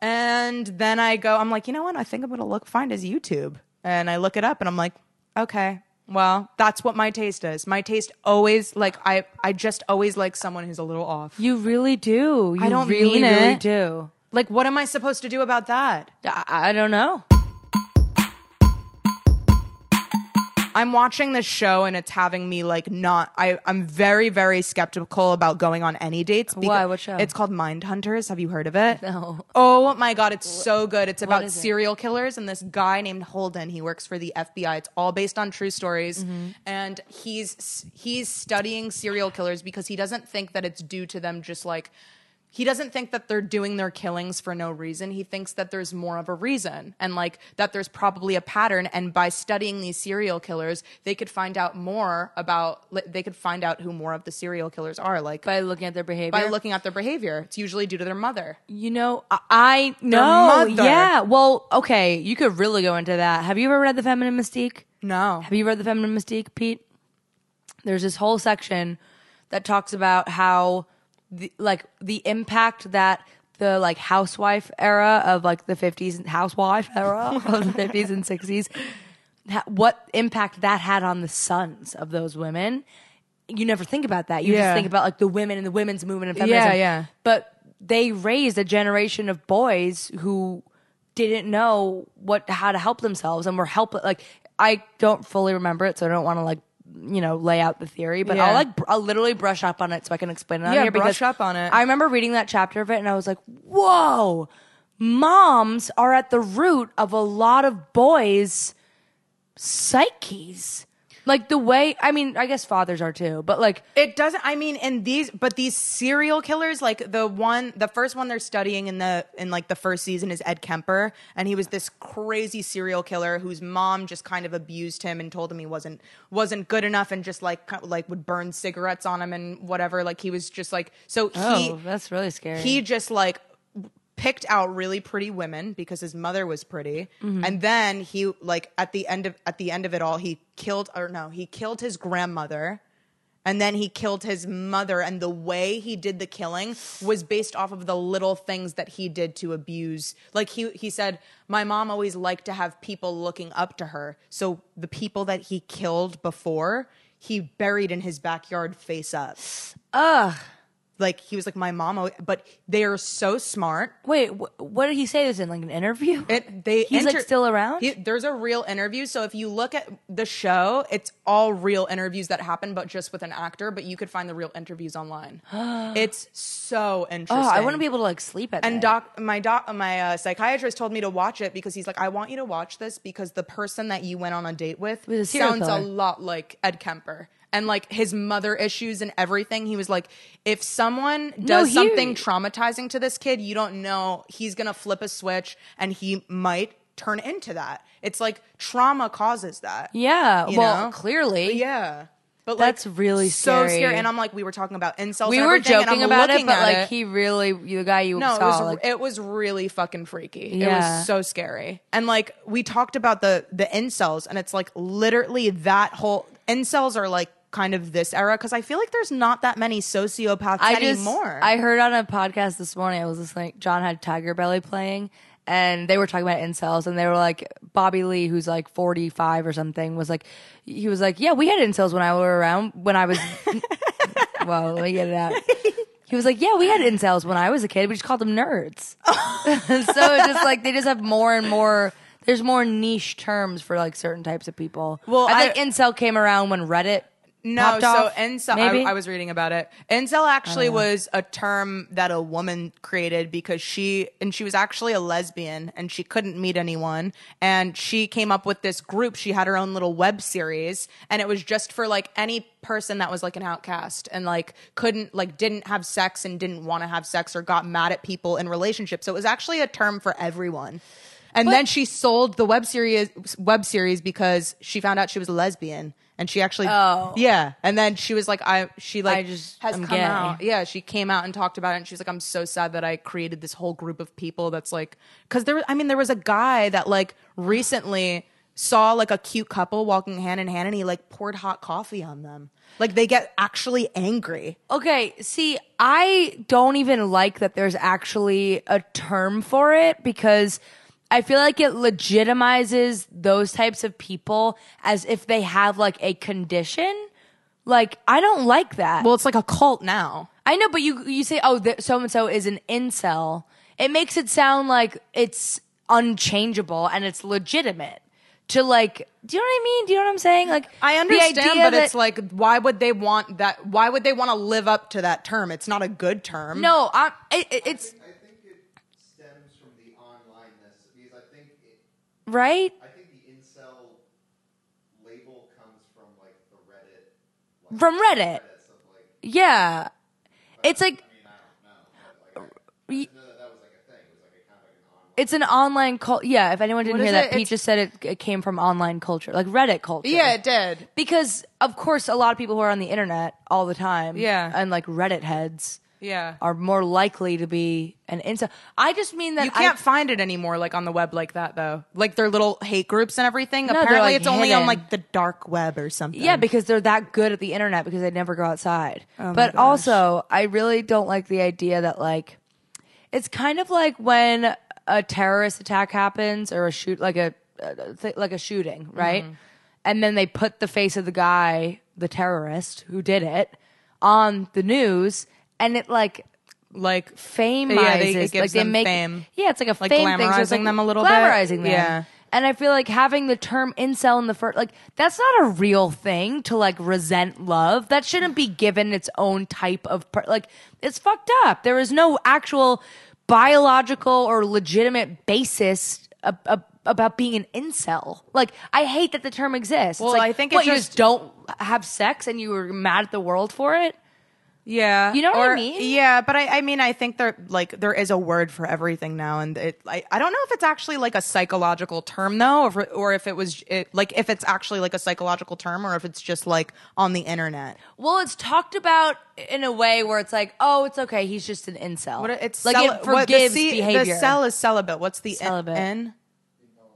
Speaker 1: And then I go, I'm like, you know what? I think I'm going to look, find his YouTube. And I look it up and I'm like, okay, well, that's what my taste is. My taste always, like, I, I just always like someone who's a little off.
Speaker 2: You really do. You
Speaker 1: I don't
Speaker 2: really,
Speaker 1: mean
Speaker 2: really
Speaker 1: it.
Speaker 2: do.
Speaker 1: Like, what am I supposed to do about that?
Speaker 2: I, I don't know.
Speaker 1: I'm watching this show and it's having me, like, not, I, I'm very, very skeptical about going on any dates. beca-
Speaker 2: Why? What show?
Speaker 1: It's called Mind Hunters. Have you heard of it?
Speaker 2: No.
Speaker 1: Oh my god, it's so good. It's about
Speaker 2: is it?
Speaker 1: serial killers and this guy named Holden. He works for the FBI. It's all based on true stories,
Speaker 2: Mm-hmm.
Speaker 1: and he's he's studying serial killers because he doesn't think that it's due to them just like. he doesn't think that they're doing their killings for no reason. He thinks that there's more of a reason and like that there's probably a pattern. And by studying these serial killers, they could find out more about, li- they could find out who more of the serial killers are. Like by,
Speaker 2: by looking at their behavior.
Speaker 1: looking at their behavior, it's usually due to their mother.
Speaker 2: you know, I, I no,
Speaker 1: mother.
Speaker 2: yeah. Well, okay, you could really go into that. Have you ever read The Feminine Mystique?
Speaker 1: No.
Speaker 2: Have you read The Feminine Mystique, Pete? There's this whole section that talks about how the, like the impact that the like housewife era of like the 50s and housewife era of the 50s and 60s ha- what impact that had on the sons of those women. You never think about that. You
Speaker 1: Yeah.
Speaker 2: just think about like the women and the women's movement and feminism.
Speaker 1: Yeah, yeah.
Speaker 2: But they raised a generation of boys who didn't know what how to help themselves and were helpless. Like I don't fully remember it, so I don't want to like you know lay out the theory. But
Speaker 1: Yeah.
Speaker 2: I'll like br- I'll literally brush up on it so I can explain it on
Speaker 1: Yeah,
Speaker 2: here.
Speaker 1: brush
Speaker 2: because
Speaker 1: up on it.
Speaker 2: I remember reading that chapter of it and I was like, whoa. Moms are at the root of a lot of boys' psyches. Like the way, I mean, I guess fathers are too, but like
Speaker 1: It doesn't. I mean, in these, but these serial killers, like the one, the first one they're studying in the in like the first season is Ed Kemper, and he was this crazy serial killer whose mom just kind of abused him and told him he wasn't wasn't good enough, and just like ki- like would burn cigarettes on him and whatever. Like he was just like so. he,
Speaker 2: Oh, that's really scary.
Speaker 1: He just like picked out really pretty women because his mother was pretty and then he like at the end of at the end of it all he killed or no he killed his grandmother and then he killed his mother and the way he did the killing was based off of the little things that he did to abuse like he he said my mom always liked to have people looking up to her so the people that he killed before he buried in his backyard face up like he was like my mom always, but they are so smart
Speaker 2: Wait, wh- what did he say this in? Like an interview? Oh,
Speaker 1: It, they
Speaker 2: He's, like, still around?
Speaker 1: He- there's a real interview. So if you look at the show, it's all real interviews that happen, but just with an actor. But you could find the real interviews online. it's so interesting.
Speaker 2: oh, I want to be able to like sleep at
Speaker 1: And
Speaker 2: night.
Speaker 1: doc, my doc, my uh, psychiatrist told me to watch it because he's like, I want you to watch this because the person that you went on a date with
Speaker 2: Was a serial
Speaker 1: sounds a
Speaker 2: killer.
Speaker 1: lot like Ed Kemper. And like his mother issues and everything, he was like, if someone does
Speaker 2: he-
Speaker 1: something traumatizing to this kid, you don't know he's gonna flip a switch and he might turn into that. It's like trauma causes that.
Speaker 2: Yeah.
Speaker 1: you
Speaker 2: Well,
Speaker 1: know?
Speaker 2: clearly.
Speaker 1: Yeah. But
Speaker 2: That's really
Speaker 1: so
Speaker 2: scary.
Speaker 1: And I'm like, we were talking about insults.
Speaker 2: We
Speaker 1: and
Speaker 2: were
Speaker 1: everything, and
Speaker 2: joking
Speaker 1: I'm
Speaker 2: about it,
Speaker 1: looking
Speaker 2: but
Speaker 1: at
Speaker 2: like
Speaker 1: it.
Speaker 2: he really, the guy you
Speaker 1: No,
Speaker 2: saw,
Speaker 1: it was
Speaker 2: like,
Speaker 1: it was really fucking freaky. It
Speaker 2: Yeah.
Speaker 1: was so scary. And like we talked about the the incels, and it's like literally that whole incels are like kind of this era because I feel like there's not that many sociopaths
Speaker 2: I just,
Speaker 1: anymore.
Speaker 2: I heard on a podcast this morning. I was listening. John had Tiger Belly playing, and they were talking about incels, and they were like, Bobby Lee, who's like forty five or something, was like, he was like, yeah, we had incels when I were around when I was. well, let me get it out. He was like, yeah, we had incels when I was a kid. We just called them nerds. And so it's just like they just have more and more. There's more niche terms for like certain types of people.
Speaker 1: Well,
Speaker 2: I think
Speaker 1: I-
Speaker 2: incel came around when Reddit.
Speaker 1: no,
Speaker 2: popped
Speaker 1: so
Speaker 2: off,
Speaker 1: incel.
Speaker 2: maybe? Oh,
Speaker 1: I, I was reading about it. Incel actually was a term that a woman created because she and she was actually a lesbian and she couldn't meet anyone and she came up with this group. She had her own little web series and it was just for like any person that was like an outcast and like couldn't like didn't have sex and didn't want to have sex or got mad at people in relationships. So it was actually a term for everyone. And then she sold the web series web series because she found out she was a lesbian and she actually
Speaker 2: Oh.
Speaker 1: yeah. And then she was like I she like
Speaker 2: I just-
Speaker 1: has
Speaker 2: I'm
Speaker 1: come
Speaker 2: gay.
Speaker 1: out. Yeah, she came out and talked about it and she was like I'm so sad that I created this whole group of people that's like cuz there I mean there was a guy that like recently saw like a cute couple walking hand in hand and he like poured hot coffee on them. Like they get actually angry.
Speaker 2: Okay, see, I don't even like that there's actually a term for it because I feel like it legitimizes those types of people as if they have like a condition. Like, I don't like that.
Speaker 1: Well, it's like a cult now.
Speaker 2: I know, but you you say, oh, so and so is an incel. It makes it sound like it's unchangeable and it's legitimate. To like, do you know what I mean? Do you know what I'm saying? Like,
Speaker 1: I
Speaker 2: the
Speaker 1: understand,
Speaker 2: idea
Speaker 1: but
Speaker 2: that-
Speaker 1: it's like, why would they want that? Why would they want to live up to that term? It's not a good term.
Speaker 2: no, I, it, it- it's
Speaker 3: I think it stems from the onlineness because I think it,
Speaker 2: right.
Speaker 3: I think the incel label comes from like the Reddit,
Speaker 2: From Reddit.
Speaker 3: Reddit stuff like.
Speaker 2: Yeah. It's like
Speaker 3: I mean, I don't know. But, like,
Speaker 2: Ye-
Speaker 3: No, that was like a thing. It was like a kind of like an online.
Speaker 2: It's an online cult. Yeah, if anyone didn't
Speaker 1: What
Speaker 2: hear
Speaker 1: is
Speaker 2: that,
Speaker 1: it?
Speaker 2: Pete
Speaker 1: It's-
Speaker 2: just said it, it came from online culture, like Reddit culture.
Speaker 1: Yeah, it did.
Speaker 2: because of course, a lot of people who are on the internet all the time,
Speaker 1: Yeah.
Speaker 2: and like Reddit heads
Speaker 1: Yeah.
Speaker 2: are more likely to be an insta. I just mean that
Speaker 1: You can't
Speaker 2: I,
Speaker 1: find it anymore, like on the web, like that though. Like their little hate groups and everything.
Speaker 2: they're,
Speaker 1: Apparently,
Speaker 2: like,
Speaker 1: it's only on
Speaker 2: hidden.
Speaker 1: like the dark web or something.
Speaker 2: Yeah, because they're that good at the internet because they never go outside.
Speaker 1: Oh my
Speaker 2: but
Speaker 1: gosh.
Speaker 2: also, I really don't like the idea that like it's kind of like when a terrorist attack happens or a shoot like a, a th- like a shooting,
Speaker 1: Mm-hmm.
Speaker 2: right? And then they put the face of the guy, the terrorist who did it, on the news, and it like
Speaker 1: like
Speaker 2: famizes,
Speaker 1: Yeah, they- it gives
Speaker 2: like they
Speaker 1: them
Speaker 2: make,
Speaker 1: fame.
Speaker 2: yeah, it's like a
Speaker 1: Like
Speaker 2: fame thing. so it's
Speaker 1: glamorizing them a little bit.
Speaker 2: glamorizing them.
Speaker 1: Yeah.
Speaker 2: And I feel like having the term incel in the first, like, that's not a real thing to like resent love. That shouldn't be given its own type of, per- like, it's fucked up. There is no actual biological or legitimate basis ab- ab- about being an incel. Like, I hate that the term exists.
Speaker 1: Well,
Speaker 2: it's like,
Speaker 1: I think
Speaker 2: what,
Speaker 1: it's
Speaker 2: you
Speaker 1: just-
Speaker 2: just don't have sex and you were mad at the world for it?
Speaker 1: Yeah,
Speaker 2: You know what I mean?
Speaker 1: Yeah, but I, I mean, I think there like there is a word for everything now, and it I, I don't know if it's actually like a psychological term though, or if, or if it was it, like if it's actually like a psychological term, or if it's just like on the internet.
Speaker 2: Well, it's talked about in a way where it's like, oh, it's okay. He's just an incel.
Speaker 1: What it's
Speaker 2: like
Speaker 1: cel-
Speaker 2: it
Speaker 1: what-
Speaker 2: forgives
Speaker 1: the, ce-
Speaker 2: behavior.
Speaker 1: The cell is celibate. What's the
Speaker 2: Celibate.
Speaker 1: N?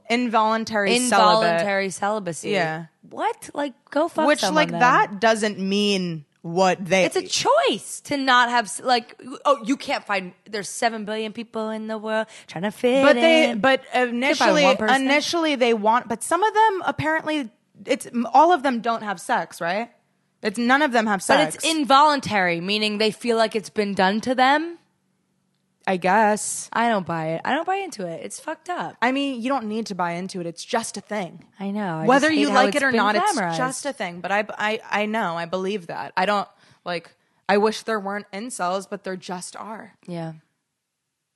Speaker 1: Involuntary, celibate.
Speaker 2: involuntary celibacy.
Speaker 1: Yeah.
Speaker 2: What? Like, go fuck
Speaker 1: Which
Speaker 2: someone,
Speaker 1: like
Speaker 2: then.
Speaker 1: that doesn't mean what they.
Speaker 2: It's a choice to not have s- like. Oh, you can't find. There's seven billion people in the world trying to fit.
Speaker 1: but they
Speaker 2: in.
Speaker 1: but initially
Speaker 2: one person.
Speaker 1: initially they want but some of them apparently it's all of them don't have sex right it's none of them have
Speaker 2: But
Speaker 1: sex
Speaker 2: it's involuntary, meaning they feel like it's been done to them.
Speaker 1: i guess
Speaker 2: I don't buy it. I don't buy into it. It's fucked up.
Speaker 1: i mean you don't need to buy into it it's just a thing
Speaker 2: I know. I
Speaker 1: whether
Speaker 2: just hate
Speaker 1: you
Speaker 2: how
Speaker 1: like it
Speaker 2: it's
Speaker 1: or
Speaker 2: been
Speaker 1: not
Speaker 2: glamorized.
Speaker 1: it's just a thing but I, I i know i believe that i don't like i wish there weren't incels but there just are
Speaker 2: yeah,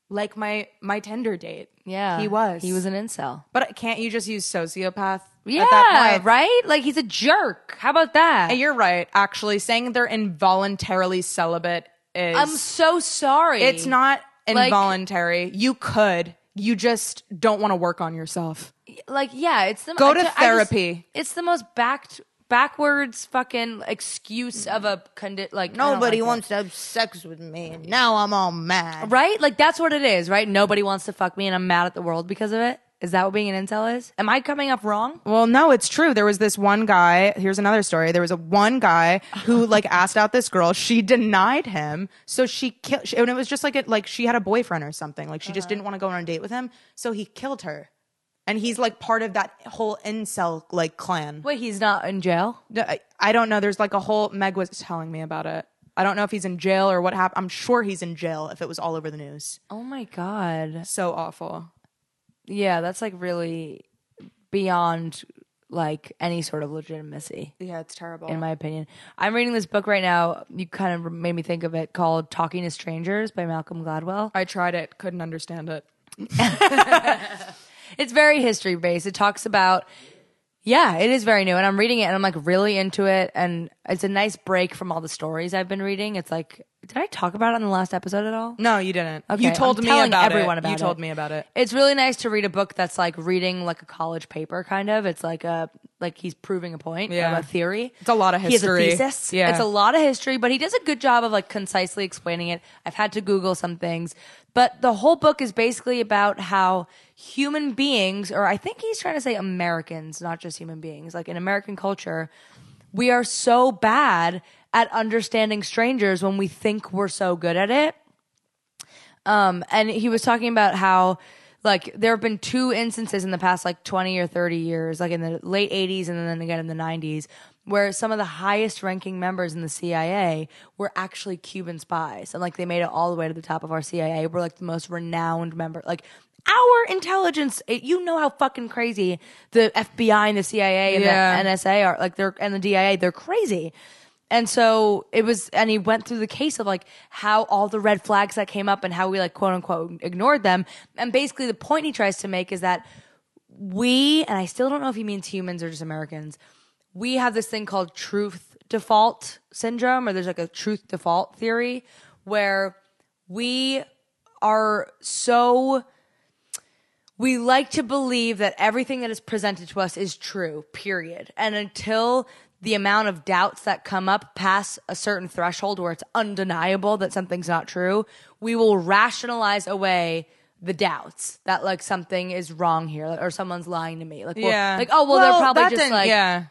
Speaker 1: like my my tinder date
Speaker 2: yeah.
Speaker 1: he was
Speaker 2: He was an incel.
Speaker 1: but can't you just use sociopath
Speaker 2: Yeah,
Speaker 1: at that point?
Speaker 2: right? Like he's a jerk. How about that?
Speaker 1: You're right. Actually, saying they're involuntarily celibate is
Speaker 2: I'm so sorry.
Speaker 1: it's not
Speaker 2: Like-
Speaker 1: involuntary. you could. You just don't want to work on yourself.
Speaker 2: like yeah, it's the
Speaker 1: Go
Speaker 2: I
Speaker 1: to
Speaker 2: ju- I just-
Speaker 1: therapy.
Speaker 2: it's the most backed backwards fucking excuse of a condi- like I don't like
Speaker 1: to have sex with me, and now I'm all
Speaker 2: that.
Speaker 1: mad.
Speaker 2: right? Like that's what it is, right? Nobody wants to fuck me, and I'm mad at the world because of it. Is that what being an incel is? Am I coming up wrong?
Speaker 1: Well, no, it's true. There was this one guy. Here's another story. There was a one guy who like asked out this girl. She denied him, so she killed. And it was just like it, like she had a boyfriend or something. Like she just didn't want to go on a date with him, so he killed her. And he's like part of that whole incel like clan.
Speaker 2: Wait, he's not in jail.
Speaker 1: No, I- I don't know. There's like a whole. Meg was telling me about it. I don't know if he's in jail or what happened. I'm sure he's in jail if it was all over the news.
Speaker 2: Oh my god.
Speaker 1: So awful.
Speaker 2: Yeah, that's like really beyond like any sort of legitimacy.
Speaker 1: Yeah, it's terrible.
Speaker 2: in my opinion. I'm reading this book right now. You kind of made me think of it called Talking to Strangers by Malcolm Gladwell.
Speaker 1: I tried it, couldn't understand it.
Speaker 2: It's very history based. It talks about, yeah, it is very new. And I'm reading it and I'm like really into it. And it's a nice break from all the stories I've been reading. It's like, did I talk about it on the last episode at all?
Speaker 1: No, you didn't.
Speaker 2: Okay,
Speaker 1: you told
Speaker 2: I'm
Speaker 1: me
Speaker 2: telling
Speaker 1: about
Speaker 2: everyone
Speaker 1: it.
Speaker 2: about
Speaker 1: you
Speaker 2: it.
Speaker 1: told me about it.
Speaker 2: It's really nice to read a book that's like reading like a college paper, kind of. It's like a like he's proving a point
Speaker 1: Yeah.
Speaker 2: of a theory.
Speaker 1: It's a lot of history.
Speaker 2: He has a thesis.
Speaker 1: Yeah.
Speaker 2: it's a lot of history, but he does a good job of like concisely explaining it. I've had to Google some things, but the whole book is basically about how human beings, or I think he's trying to say Americans, not just human beings, like in American culture, we are so bad at understanding strangers when we think we're so good at it. Um, and he was talking about how like there have been two instances in the past like 20 or 30 years like in the late 80s and then again in the 90s where some of the highest ranking members in the cia were actually cuban spies and like they made it all the way to the top of our cia we're like the most renowned member like our intelligence it- you know how fucking crazy the fbi and the cia and
Speaker 1: Yeah.
Speaker 2: the nsa are like they're and the dia they're crazy and so it was, and he went through the case of like how all the red flags that came up and how we like quote unquote ignored them. And basically the point he tries to make is that we, and I still don't know if he means humans or just Americans, we have this thing called truth default syndrome, or there's like a truth default theory where we are so we like to believe that everything that is presented to us is true, period. And until the amount of doubts that come up past a certain threshold where it's undeniable that something's not true, we will rationalize away the doubts that like something is wrong here or someone's lying to me. Like, we'll-
Speaker 1: yeah.
Speaker 2: like oh well, they're probably
Speaker 1: that
Speaker 2: just
Speaker 1: didn't-
Speaker 2: like
Speaker 1: yeah.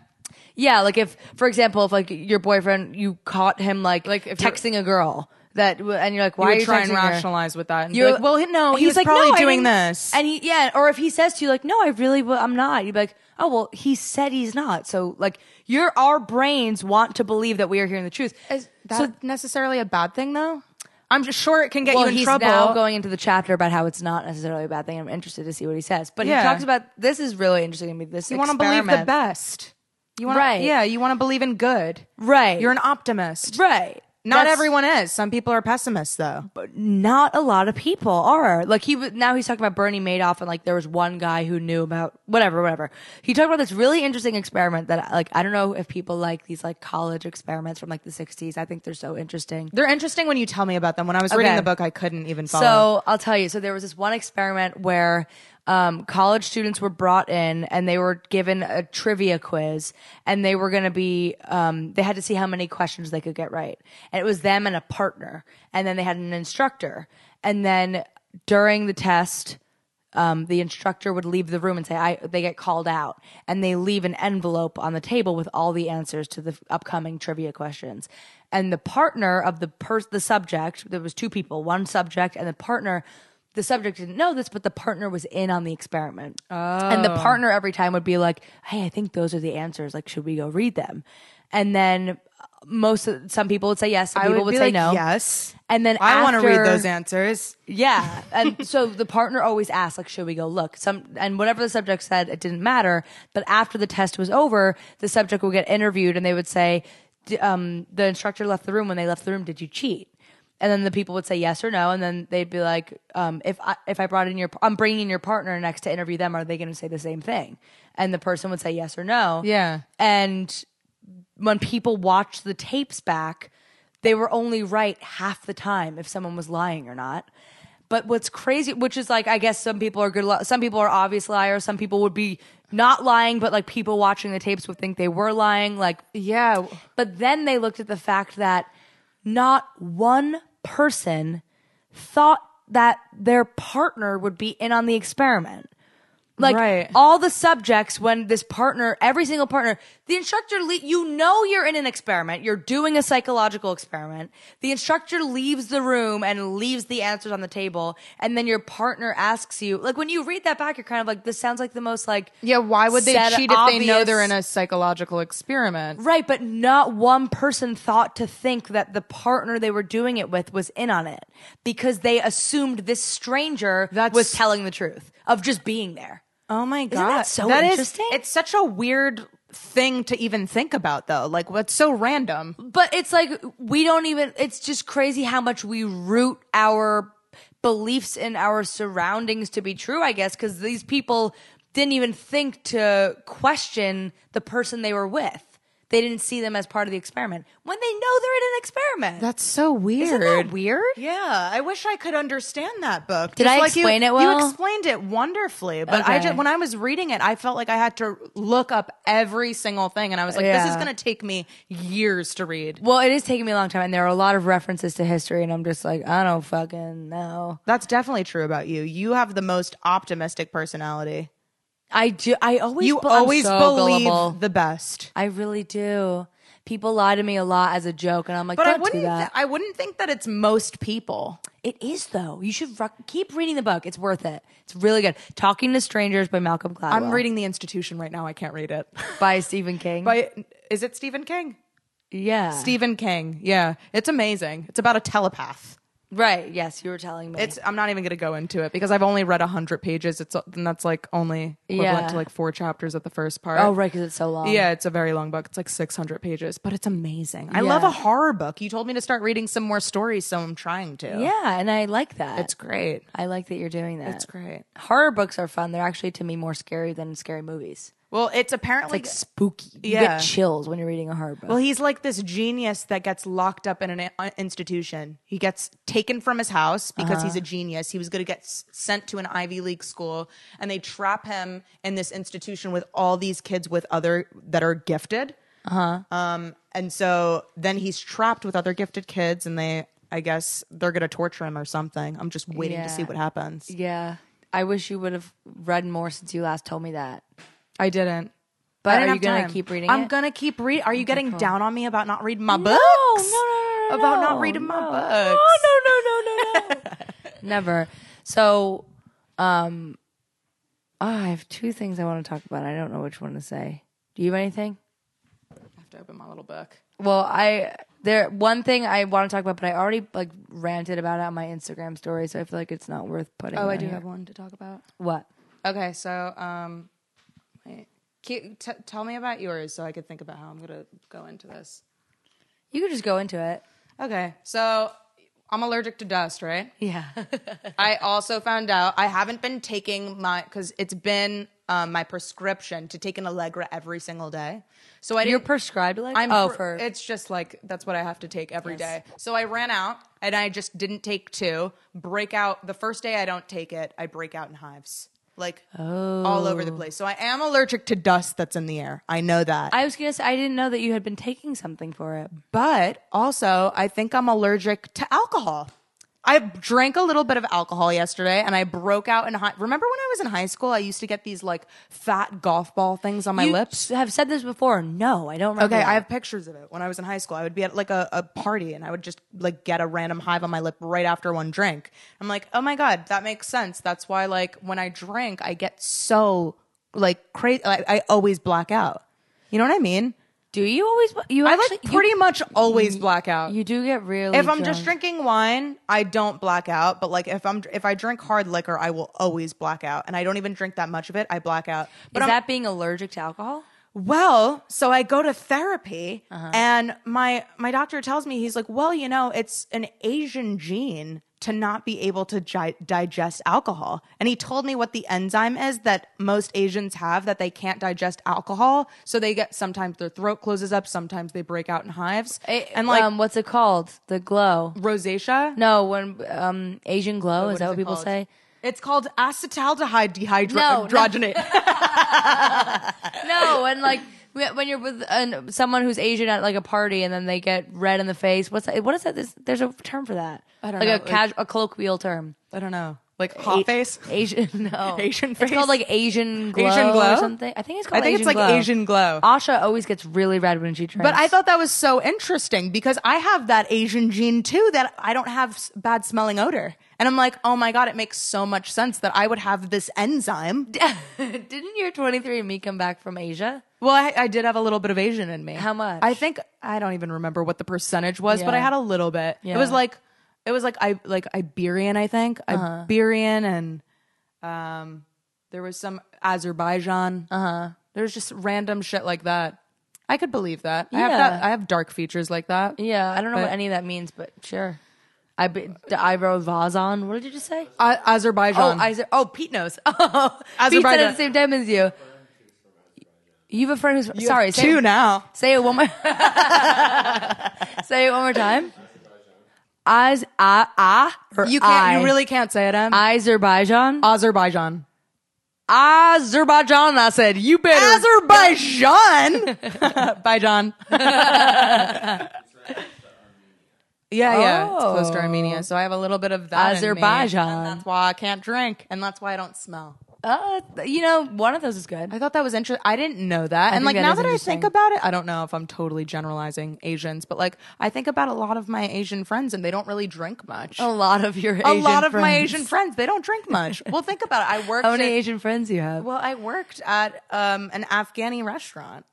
Speaker 2: yeah, like if, for example, if like your boyfriend, you caught him like,
Speaker 1: Like, if you're-
Speaker 2: texting a girl that, and you're like,
Speaker 1: You
Speaker 2: why are
Speaker 1: would
Speaker 2: you
Speaker 1: try and
Speaker 2: texting her?
Speaker 1: rationalize with that. And be
Speaker 2: You're
Speaker 1: like, well, he- no, he
Speaker 2: he's
Speaker 1: was
Speaker 2: like,
Speaker 1: probably
Speaker 2: "No, I
Speaker 1: doing
Speaker 2: didn't."
Speaker 1: this.
Speaker 2: and he yeah, or if he says to you like, no, I really, w- I'm not. You'd be like, oh well, he said he's not. So like, your our brains want to believe that we are hearing the truth.
Speaker 1: Is that
Speaker 2: so
Speaker 1: necessarily a bad thing, though? I'm just sure it can get
Speaker 2: well,
Speaker 1: you in
Speaker 2: he's
Speaker 1: trouble.
Speaker 2: now going into the chapter about how it's not necessarily a bad thing. I'm interested to see what he says, but
Speaker 1: Yeah.
Speaker 2: he talks about this is really interesting to me. This
Speaker 1: you
Speaker 2: want to
Speaker 1: believe the best. You want
Speaker 2: Right.
Speaker 1: Yeah, you want to believe in good.
Speaker 2: Right.
Speaker 1: You're an optimist.
Speaker 2: right?
Speaker 1: Not
Speaker 2: That's-
Speaker 1: everyone is. Some people are pessimists, though.
Speaker 2: not a lot of people are. Like he was- now he's talking about Bernie Madoff and like there was one guy who knew about whatever, whatever. He talked about this really interesting experiment that like I don't know if people like these like college experiments from like the '60s. I think they're so interesting.
Speaker 1: They're interesting when you tell me about them. When I was reading
Speaker 2: Okay.
Speaker 1: the book, I couldn't even follow.
Speaker 2: So I'll tell you. So there was this one experiment where um, college students were brought in and they were given a trivia quiz, and they were going to be um, they had to see how many questions they could get right, and it was them and a partner, and then they had an instructor, and then during the test. Um, the instructor would leave the room and say, "I." They get called out, and they leave an envelope on the table with all the answers to the f- upcoming trivia questions. And the partner of the person, the subject, there was two people, one subject and the partner. The subject didn't know this, but the partner was in on the experiment. And
Speaker 1: Oh.
Speaker 2: the partner every time would be like, "Hey, I think those are the answers. Like, should we go read them?" And then uh, most of, some people would say yes, some
Speaker 1: I
Speaker 2: people
Speaker 1: would,
Speaker 2: would,
Speaker 1: be
Speaker 2: say
Speaker 1: like,
Speaker 2: no.
Speaker 1: yes.
Speaker 2: And then
Speaker 1: I want to read
Speaker 2: after-
Speaker 1: those answers.
Speaker 2: yeah. And so the partner always asked, like, should we go look? Some and whatever the subject said, it didn't matter. But after the test was over, the subject would get interviewed and they would say, D- um, the instructor left the room. When they left the room, did you cheat? And then the people would say yes or no, and then they'd be like, um, "If I if I brought in your, I'm bringing your partner next to interview them. Are they going to say the same thing?" And the person would say yes or no.
Speaker 1: Yeah.
Speaker 2: And when people watched the tapes back, they were only right half the time if someone was lying or not. But what's crazy, which is like, I guess some people are good, li- some people are obvious liars, some people would be not lying, but like people watching the tapes would think they were lying. Like,
Speaker 1: Yeah.
Speaker 2: but then they looked at the fact that not one person thought that their partner would be in on the experiment. Like
Speaker 1: Right.
Speaker 2: all the subjects, when this partner, every single partner, the instructor, le- you know, you're in an experiment. You're doing a psychological experiment. The instructor leaves the room and leaves the answers on the table, and then your partner asks you, like, when you read that back, you're kind of like, this sounds like the most like,
Speaker 1: Yeah. Why would they
Speaker 2: said
Speaker 1: cheat if they know
Speaker 2: obvious-
Speaker 1: they're in a psychological experiment?
Speaker 2: Right, but not one person thought to think that the partner they were doing it with was in on it because they assumed this stranger
Speaker 1: That's-
Speaker 2: was telling the truth of just being there.
Speaker 1: Oh my god,
Speaker 2: that so
Speaker 1: is-
Speaker 2: interesting?
Speaker 1: it's such a weird thing to even think about, though. Like, what's so random?
Speaker 2: But it's like we don't even it's just crazy how much we root our beliefs in our surroundings to be true, I guess, cuz these people didn't even think to question the person they were with. They didn't see them as part of the experiment when they know they're in an experiment.
Speaker 1: That's so weird.
Speaker 2: Isn't that weird?
Speaker 1: Yeah, I wish I could understand that book.
Speaker 2: Did
Speaker 1: Just
Speaker 2: I
Speaker 1: like you-
Speaker 2: explain it
Speaker 1: You
Speaker 2: well?
Speaker 1: explained it wonderfully, but I
Speaker 2: Okay.
Speaker 1: just, when I was reading it, I felt like I had to look up every single thing, and I was like, "This is
Speaker 2: Yeah.
Speaker 1: going to take me years to read."
Speaker 2: Well, it is taking me a long time, and there are a lot of references to history, and I'm just like, I don't fucking know.
Speaker 1: That's definitely true about you. You have the most optimistic personality.
Speaker 2: I do. I always.
Speaker 1: You
Speaker 2: be- I'm
Speaker 1: always
Speaker 2: so
Speaker 1: believe
Speaker 2: gullible.
Speaker 1: the best.
Speaker 2: I really do. People lie to me a lot as a joke, and I'm like,
Speaker 1: But
Speaker 2: don't
Speaker 1: I wouldn't.
Speaker 2: do that.
Speaker 1: th- I wouldn't think that it's most people.
Speaker 2: It is though. You should ru- keep reading the book. It's worth it. It's really good. Talking to Strangers by Malcolm Gladwell.
Speaker 1: I'm reading The Institution right now. I can't read it.
Speaker 2: by Stephen King.
Speaker 1: By is it Stephen King?
Speaker 2: yeah,
Speaker 1: Stephen King. Yeah, it's amazing. It's about a telepath.
Speaker 2: Right? Yes, you were telling me.
Speaker 1: It's I'm not even going to go into it because I've only read 100 pages. It's and that's like only equivalent
Speaker 2: Yeah.
Speaker 1: to like four chapters at the first part.
Speaker 2: oh right, because it's so long.
Speaker 1: Yeah, it's a very long book. It's like 600 pages, but it's amazing. I love
Speaker 2: Yeah.
Speaker 1: a horror book. You told me to start reading some more stories, so I'm trying to.
Speaker 2: yeah, and I like that.
Speaker 1: Oh. It's great.
Speaker 2: I like that you're doing that.
Speaker 1: It's great.
Speaker 2: Horror books are fun. They're actually to me more scary than scary movies.
Speaker 1: Well, it's apparently
Speaker 2: like spooky. You
Speaker 1: Yeah.
Speaker 2: get chills when you're reading a hard book.
Speaker 1: Well, he's like this genius that gets locked up in an uh, institution. He gets taken from his house because
Speaker 2: Uh-huh.
Speaker 1: he's a genius. He was going to get s- sent to an Ivy League school, and they trap him in this institution with all these kids with other that are gifted.
Speaker 2: Uh-huh.
Speaker 1: Um, and so then he's trapped with other gifted kids, and they, I guess, they're going to torture him or something. I'm just waiting to see
Speaker 2: Yeah.
Speaker 1: what happens.
Speaker 2: yeah, I wish you would have read more since you last told me that.
Speaker 1: I didn't.
Speaker 2: But
Speaker 1: I didn't
Speaker 2: are
Speaker 1: have
Speaker 2: you gonna
Speaker 1: time.
Speaker 2: keep reading
Speaker 1: I'm
Speaker 2: it?
Speaker 1: gonna keep reading. Are you getting down on me about not reading my
Speaker 2: No,
Speaker 1: books?
Speaker 2: no, no, no,
Speaker 1: About
Speaker 2: no,
Speaker 1: not reading my
Speaker 2: no.
Speaker 1: books.
Speaker 2: Oh no, no, no, no, no. Never. So, um, ah, I have two things I want to talk about. I don't know which one to say. Do you have anything?
Speaker 1: I have to open my little book.
Speaker 2: Well, I there one thing I want to talk about, but I already like ranted about it on my Instagram story, so I feel like it's not worth putting.
Speaker 1: Oh, I
Speaker 2: on
Speaker 1: do
Speaker 2: here.
Speaker 1: have one to talk about.
Speaker 2: what?
Speaker 1: Okay, so um, wait, Ke- t- tell me about yours so I could think about how I'm gonna go into this.
Speaker 2: You could just go into it.
Speaker 1: Okay, so I'm allergic to dust, right?
Speaker 2: Yeah.
Speaker 1: I also found out I haven't been taking my because it's been um, my prescription to take an Allegra every single day. So I
Speaker 2: You're
Speaker 1: didn't.
Speaker 2: prescribed like
Speaker 1: I'm
Speaker 2: oh
Speaker 1: pr-
Speaker 2: for
Speaker 1: it's just like that's what I have to take every day.
Speaker 2: Yes.
Speaker 1: So I ran out and I just didn't take two. Break out the first day I don't take it, I break out in hives. Like all over the
Speaker 2: Oh.
Speaker 1: place. So I am allergic to dust that's in the air. I know that.
Speaker 2: I was gonna say I didn't know that you had been taking something for it.
Speaker 1: but also, I think I'm allergic to alcohol. I drank a little bit of alcohol yesterday and I broke out in high. Remember when I was in high school, I used to get these like fat golf ball things on my
Speaker 2: you
Speaker 1: lips?
Speaker 2: have said this before. No, I don't remember.
Speaker 1: Okay,
Speaker 2: that.
Speaker 1: I have pictures of it. When I was in high school, I would be at like a, a party and I would just like get a random hive on my lip right after one drink. I'm like, oh my god, that makes sense. That's why like when I drink, I get so like crazy. I, I always black out. You know what I mean?
Speaker 2: Do you always? You
Speaker 1: I
Speaker 2: actually,
Speaker 1: like pretty
Speaker 2: you,
Speaker 1: much always black out.
Speaker 2: You do get really.
Speaker 1: if I'm just
Speaker 2: drunk.
Speaker 1: drinking wine, I don't black out. But like if I'm if I drink hard liquor, I will always black out, and I don't even drink that much of it. I black out. But
Speaker 2: is
Speaker 1: I'm-
Speaker 2: that being allergic to alcohol?
Speaker 1: well so i go to therapy
Speaker 2: Uh-huh.
Speaker 1: and my my doctor tells me he's like well you know it's an asian gene to not be able to gi- digest alcohol and he told me what the enzyme is that most asians have that they can't digest alcohol so they get sometimes their throat closes up sometimes they break out in hives
Speaker 2: Eh,
Speaker 1: and like
Speaker 2: um, what's it called? The glow.
Speaker 1: rosacea
Speaker 2: No, when um, Asian glow is
Speaker 1: is
Speaker 2: that what
Speaker 1: it
Speaker 2: people
Speaker 1: called?
Speaker 2: say?
Speaker 1: it's called acetaldehyde
Speaker 2: No, no.
Speaker 1: dehydrogenate
Speaker 2: No, and like wh- when you're with an, someone who's Asian at like a party and then they get red in the face. What's that? What is that? This, there's a term for that.
Speaker 1: I don't
Speaker 2: like
Speaker 1: know,
Speaker 2: a
Speaker 1: like-
Speaker 2: casual, a colloquial term.
Speaker 1: i don't know like hot face
Speaker 2: Asian, no.
Speaker 1: Asian
Speaker 2: It's
Speaker 1: face?
Speaker 2: called like Asian glow,
Speaker 1: glow?
Speaker 2: or something. I think it's
Speaker 1: i
Speaker 2: called.
Speaker 1: think
Speaker 2: Asian
Speaker 1: it's like
Speaker 2: glow.
Speaker 1: asian glow
Speaker 2: Asha always gets really red when she drinks.
Speaker 1: But I thought that was so interesting because I have that Asian gene too that I don't have s- bad smelling odor. And I'm like, oh my God, it makes so much sense that I would have this enzyme.
Speaker 2: didn't your 23andMe come back from Asia?
Speaker 1: Well, I, I did have a little bit of Asian in me.
Speaker 2: How much?
Speaker 1: I think, I don't even remember what the percentage was, but
Speaker 2: Yeah.
Speaker 1: I had a little bit. It was
Speaker 2: Yeah.
Speaker 1: like, it was like I like Iberian, I think
Speaker 2: Uh-huh.
Speaker 1: Iberian, and um, there was some Azerbaijan. Uh
Speaker 2: Uh-huh.
Speaker 1: huh. There's just random shit like that. I could believe that. I have
Speaker 2: Yeah.
Speaker 1: that. I have dark features like that.
Speaker 2: Yeah, I don't know
Speaker 1: But-
Speaker 2: what any of that means, but sure. I be, the Ivro Vazon. What did you just say?
Speaker 1: A-
Speaker 2: Oh,
Speaker 1: Azerbaijan.
Speaker 2: Iser- oh, Pete knows. Oh, Pete said it
Speaker 1: Azerbaijan.
Speaker 2: at the same time as you. You have a friend who's sorry. Say,
Speaker 1: two now.
Speaker 2: say it one more. say it one more time. As ah ah. or
Speaker 1: You can't.
Speaker 2: I?
Speaker 1: You really can't say it, Em.
Speaker 2: Azerbaijan.
Speaker 1: Azerbaijan.
Speaker 2: Azerbaijan. I said you better.
Speaker 1: Azerbaijan. Bye, John. Yeah, yeah, it's close to
Speaker 2: Oh.
Speaker 1: Armenia, so I have a little bit of that. in me,
Speaker 2: Azerbaijan.
Speaker 1: and that's why I can't drink, and that's why I don't smell.
Speaker 2: Uh, you know, one of those is good.
Speaker 1: I thought that was interesting. I didn't know that, and
Speaker 2: think
Speaker 1: like
Speaker 2: that
Speaker 1: now
Speaker 2: is
Speaker 1: that I think
Speaker 2: interesting.
Speaker 1: about it, I don't know if I'm totally generalizing Asians, but like I think about a lot of my Asian friends, and they don't really drink much.
Speaker 2: A lot of your
Speaker 1: a
Speaker 2: Asian
Speaker 1: lot of my
Speaker 2: friends.
Speaker 1: Asian friends, they don't drink much. well, think about it. I worked.
Speaker 2: How many
Speaker 1: at-
Speaker 2: Asian friends you have?
Speaker 1: Well, I worked at um, an Afghani restaurant,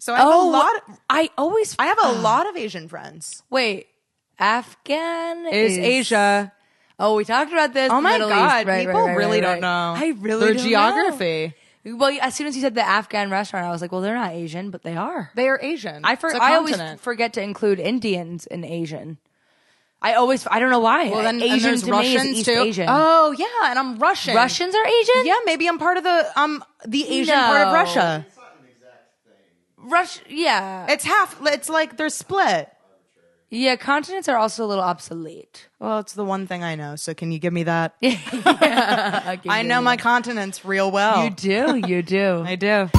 Speaker 1: so I have a lot.
Speaker 2: Oh, I always
Speaker 1: I have a lot of Asian friends.
Speaker 2: wait. Afghan is,
Speaker 1: Asia?
Speaker 2: Oh, we talked about this.
Speaker 1: Oh my
Speaker 2: Middle East.
Speaker 1: god,
Speaker 2: Right,
Speaker 1: people
Speaker 2: right, right,
Speaker 1: really
Speaker 2: right,
Speaker 1: don't know.
Speaker 2: right. I really
Speaker 1: their
Speaker 2: don't
Speaker 1: geography.
Speaker 2: Know. Well, as soon as you said the Afghan restaurant, I was like, well, they're not Asian, but they are.
Speaker 1: They are Asian.
Speaker 2: I for,
Speaker 1: It's a
Speaker 2: I always
Speaker 1: continent.
Speaker 2: forget to include Indians in Asian. I always I don't know why.
Speaker 1: Well, then and
Speaker 2: Asian
Speaker 1: there's
Speaker 2: to me is
Speaker 1: Russians
Speaker 2: East
Speaker 1: too.
Speaker 2: Asian.
Speaker 1: Oh yeah, and I'm Russian.
Speaker 2: Russians are Asian.
Speaker 1: Yeah, maybe I'm part of the um the Asian part of
Speaker 2: No.
Speaker 1: Russia.
Speaker 3: It's not an exact thing.
Speaker 2: Rush. Yeah.
Speaker 1: It's half. It's like they're split.
Speaker 2: yeah. Continents are also a little obsolete.
Speaker 1: Well, it's the one thing I know. So can you give me that?
Speaker 2: I,
Speaker 1: I know my continents real well.
Speaker 2: You do. You do.
Speaker 1: I do.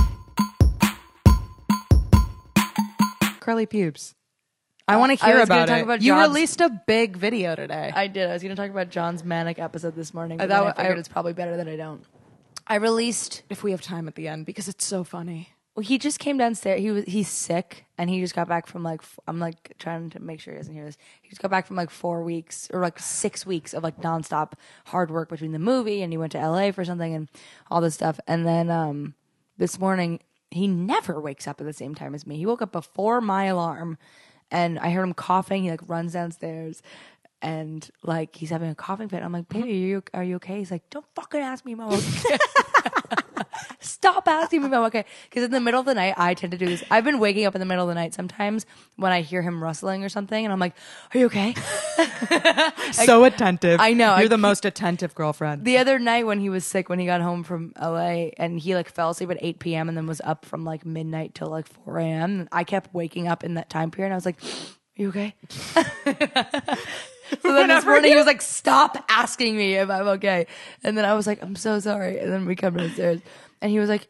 Speaker 1: Curly pubes. I want to
Speaker 2: I
Speaker 1: hear
Speaker 2: was gonna
Speaker 1: about
Speaker 2: talk
Speaker 1: it.
Speaker 2: about
Speaker 1: you
Speaker 2: jobs.
Speaker 1: released a big video today.
Speaker 2: I did. I was going to talk about John's manic episode this morning. But
Speaker 1: that
Speaker 2: then I
Speaker 1: wa- I-
Speaker 2: figured it's probably better that I don't. I released.
Speaker 1: if we have time at the end, because it's so funny.
Speaker 2: Well, he just came downstairs. He was he's sick, and he just got back from like f- I'm like trying to make sure he doesn't hear this. He just got back from like four weeks or like six weeks of like nonstop hard work between the movie and he went to L.A. for something and all this stuff. And then um this morning he never wakes up at the same time as me. He woke up before my alarm, and I heard him coughing. He like runs downstairs. And like he's having a coughing fit. I'm like, baby, are you, are you okay? He's like, don't fucking ask me, mom. stop asking me if I'm okay. Because in the middle of the night, I tend to do this. I've been waking up in the middle of the night sometimes when I hear him rustling or something, and I'm like, "Are you okay?"
Speaker 1: so attentive.
Speaker 2: I know,
Speaker 1: You're
Speaker 2: I
Speaker 1: the most attentive girlfriend.
Speaker 2: the other night when he was sick, when he got home from LA, and he like fell asleep at 8 p.m. and then was up from like midnight till like 4 a.m. And I kept waking up in that time period, and I was like, "Are you okay?" So then this morning he was like, "Stop asking me if I'm okay," and then I was like, "I'm so sorry." And then we come downstairs, and he was like,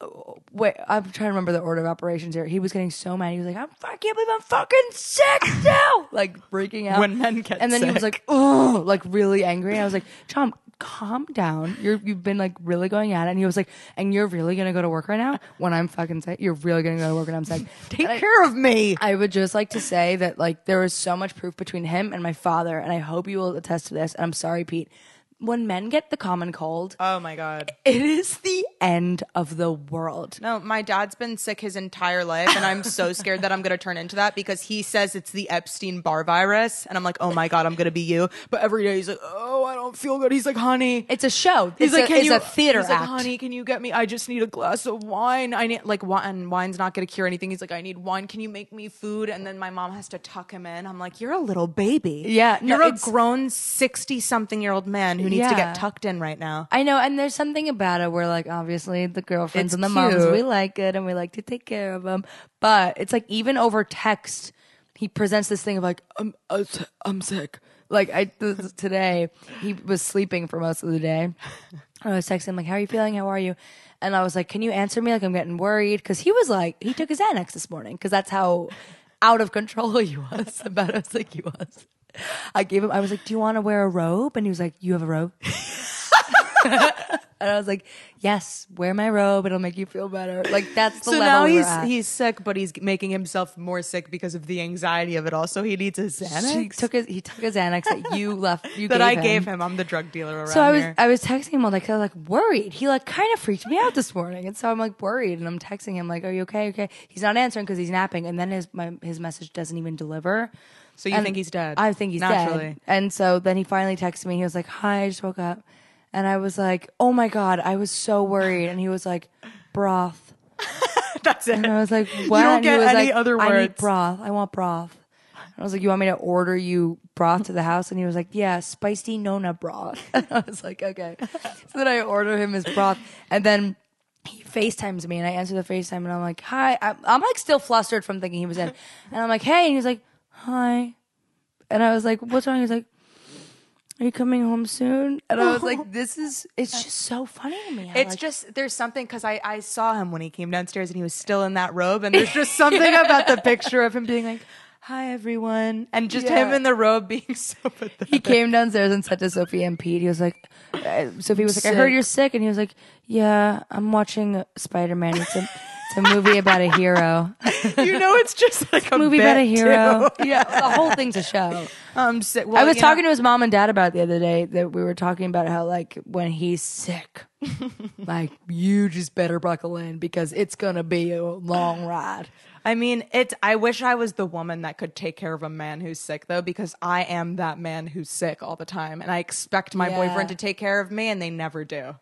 Speaker 2: oh, "Wait, I'm trying to remember the order of operations here." He was getting so mad. He was like, "I'm I can't believe I'm fucking sick now!" like freaking out.
Speaker 1: When men get
Speaker 2: and then he was like, "Oh," like really angry. And I was like, "Chom, calm down. You're you've been like really going at it." And he was like, "And you're really gonna go to work right now when I'm fucking sick? You're really gonna go to work when I'm sick?"
Speaker 1: Take
Speaker 2: And I-
Speaker 1: care of me.
Speaker 2: I would just like to say that like there was so much proof between him and my father, and I hope you will attest to this. And I'm sorry, Pete. When men get the common cold,
Speaker 1: oh my god.
Speaker 2: it is the end of the world.
Speaker 1: No, my dad's been sick his entire life, and I'm so scared that I'm going to turn into that because he says it's the Epstein Barr virus, and I'm like, oh my god, I'm going to be you. But every day he's like, oh, I don't feel good. He's like, honey,
Speaker 2: It's a show.
Speaker 1: he's
Speaker 2: it's
Speaker 1: like,
Speaker 2: a,
Speaker 1: can
Speaker 2: it's
Speaker 1: you?
Speaker 2: a theater
Speaker 1: he's
Speaker 2: act.
Speaker 1: like, honey, can you get me? I just need a glass of wine. I need like wine. Wine's not going to cure anything. He's like, I need wine. Can you make me food? And then my mom has to tuck him in. I'm like, you're a little baby.
Speaker 2: Yeah, no,
Speaker 1: you're a
Speaker 2: it's-
Speaker 1: grown sixty something year old man who needs
Speaker 2: Yeah.
Speaker 1: to get tucked in right now.
Speaker 2: I know, and there's something about it where, like, obviously the girlfriends
Speaker 1: It's
Speaker 2: and the moms,
Speaker 1: cute.
Speaker 2: we like it and we like to take care of them. But it's like even over text, he presents this thing of like, I'm, I'm si- I'm sick. Like I th- th- today, he was sleeping for most of the day. I was texting him like, "How are you feeling? How are you?" And I was like, "Can you answer me? Like I'm getting worried because he was like, he took his Xanax this morning because that's how out of control he was about how sick he was." I gave him. I was like, "Do you want to wear a robe?" And he was like, "You have a robe." And I was like, "Yes, wear my robe. It'll make you feel better." Like that's the
Speaker 1: so
Speaker 2: level
Speaker 1: now
Speaker 2: we're
Speaker 1: he's
Speaker 2: at.
Speaker 1: he's sick, but he's making himself more sick because of the anxiety of it all. So he needs his
Speaker 2: He
Speaker 1: Xanax
Speaker 2: took his he took his Xanax that you left you
Speaker 1: that
Speaker 2: gave
Speaker 1: I
Speaker 2: him.
Speaker 1: gave him. I'm the drug dealer around
Speaker 2: So I was
Speaker 1: here.
Speaker 2: I was texting him all like I was like worried. He like kind of freaked me out this morning, and so I'm like worried, and I'm texting him like, "Are you okay? Okay." He's not answering because he's napping, and then his my his message doesn't even deliver.
Speaker 1: so you
Speaker 2: And
Speaker 1: think he's dead?
Speaker 2: I think he's
Speaker 1: naturally.
Speaker 2: dead. And so then he finally texted me. He was like, "Hi, I just woke up," and I was like, "Oh my god, I was so worried." And he was like, "Broth."
Speaker 1: That's it.
Speaker 2: And I was like, what?
Speaker 1: don't
Speaker 2: And he
Speaker 1: get
Speaker 2: was
Speaker 1: any
Speaker 2: like,
Speaker 1: other
Speaker 2: I need
Speaker 1: words.
Speaker 2: broth. I want broth. And I was like, you want me to order you broth to the house? And he was like, yeah, spicy Nona broth. And I was like, okay. So then I order him his broth. And then he FaceTimes me and I answer the FaceTime and I'm like, hi. I'm, I'm like still flustered from thinking he was in. And I'm like, hey. And he's like, hi. And I was like, what's wrong? He's like, are you coming home soon? And I was like, this is, it's just so funny to me. I
Speaker 1: It's
Speaker 2: like-
Speaker 1: just there's something because I I saw him when he came downstairs and he was still in that robe and there's just something about the picture of him being like. Hi everyone, and just
Speaker 2: Yeah.
Speaker 1: him in the robe being so pathetic.
Speaker 2: he came downstairs and said to Sophie and Pete, he was like, uh, Sophie was like, I heard
Speaker 1: Sick.
Speaker 2: you're sick. And he was like, yeah, I'm watching Spider Man. It's a, it's a movie about a hero.
Speaker 1: you know, it's just like a
Speaker 2: movie
Speaker 1: bit,
Speaker 2: about a hero.
Speaker 1: too.
Speaker 2: Yeah, the whole thing's a show.
Speaker 1: Um, so-
Speaker 2: I
Speaker 1: well,
Speaker 2: was
Speaker 1: you know-
Speaker 2: talking to his mom and dad about it the other day that we were talking about how, like, when he's sick, like, you just better buckle in because it's going to be a long ride.
Speaker 1: I mean, it's. I wish I was the woman that could take care of a man who's sick, though, because I am that man who's sick all the time, and I expect my
Speaker 2: Yeah.
Speaker 1: boyfriend to take care of me, and they never do.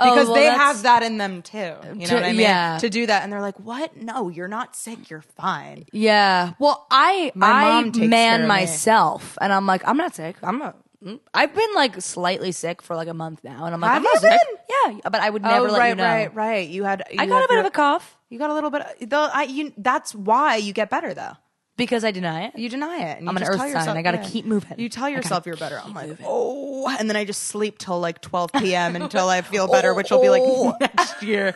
Speaker 1: because
Speaker 2: Oh, well,
Speaker 1: they
Speaker 2: that's-
Speaker 1: have that in them too. You know
Speaker 2: To-
Speaker 1: what I mean?
Speaker 2: yeah.
Speaker 1: To do that, and they're like, "What? No, you're not sick. You're fine."
Speaker 2: Yeah. Well, I
Speaker 1: My
Speaker 2: I
Speaker 1: mom takes care
Speaker 2: man
Speaker 1: of me.
Speaker 2: myself, and I'm like, I'm not sick. I'm not. mm. I've been like slightly sick for like a month now, and I'm like,
Speaker 1: Have
Speaker 2: I'm not
Speaker 1: you
Speaker 2: sick.
Speaker 1: been?
Speaker 2: Yeah, but I would never
Speaker 1: oh,
Speaker 2: let
Speaker 1: right,
Speaker 2: you know.
Speaker 1: right, right. You had. You
Speaker 2: I got
Speaker 1: had
Speaker 2: a bit
Speaker 1: your-
Speaker 2: of a cough
Speaker 1: You got a little bit. Of, though I, you, that's why you get better though.
Speaker 2: because I deny it.
Speaker 1: You deny it. And
Speaker 2: I'm an
Speaker 1: you just
Speaker 2: earth
Speaker 1: tell
Speaker 2: sign.
Speaker 1: yourself-
Speaker 2: I gotta
Speaker 1: yeah.
Speaker 2: keep moving.
Speaker 1: You tell
Speaker 2: I gotta
Speaker 1: yourself you're better. I'm
Speaker 2: keep
Speaker 1: like,
Speaker 2: moving.
Speaker 1: oh, and then I just sleep till like 12 p.m. until I feel better, which will be
Speaker 2: Oh.
Speaker 1: like next year.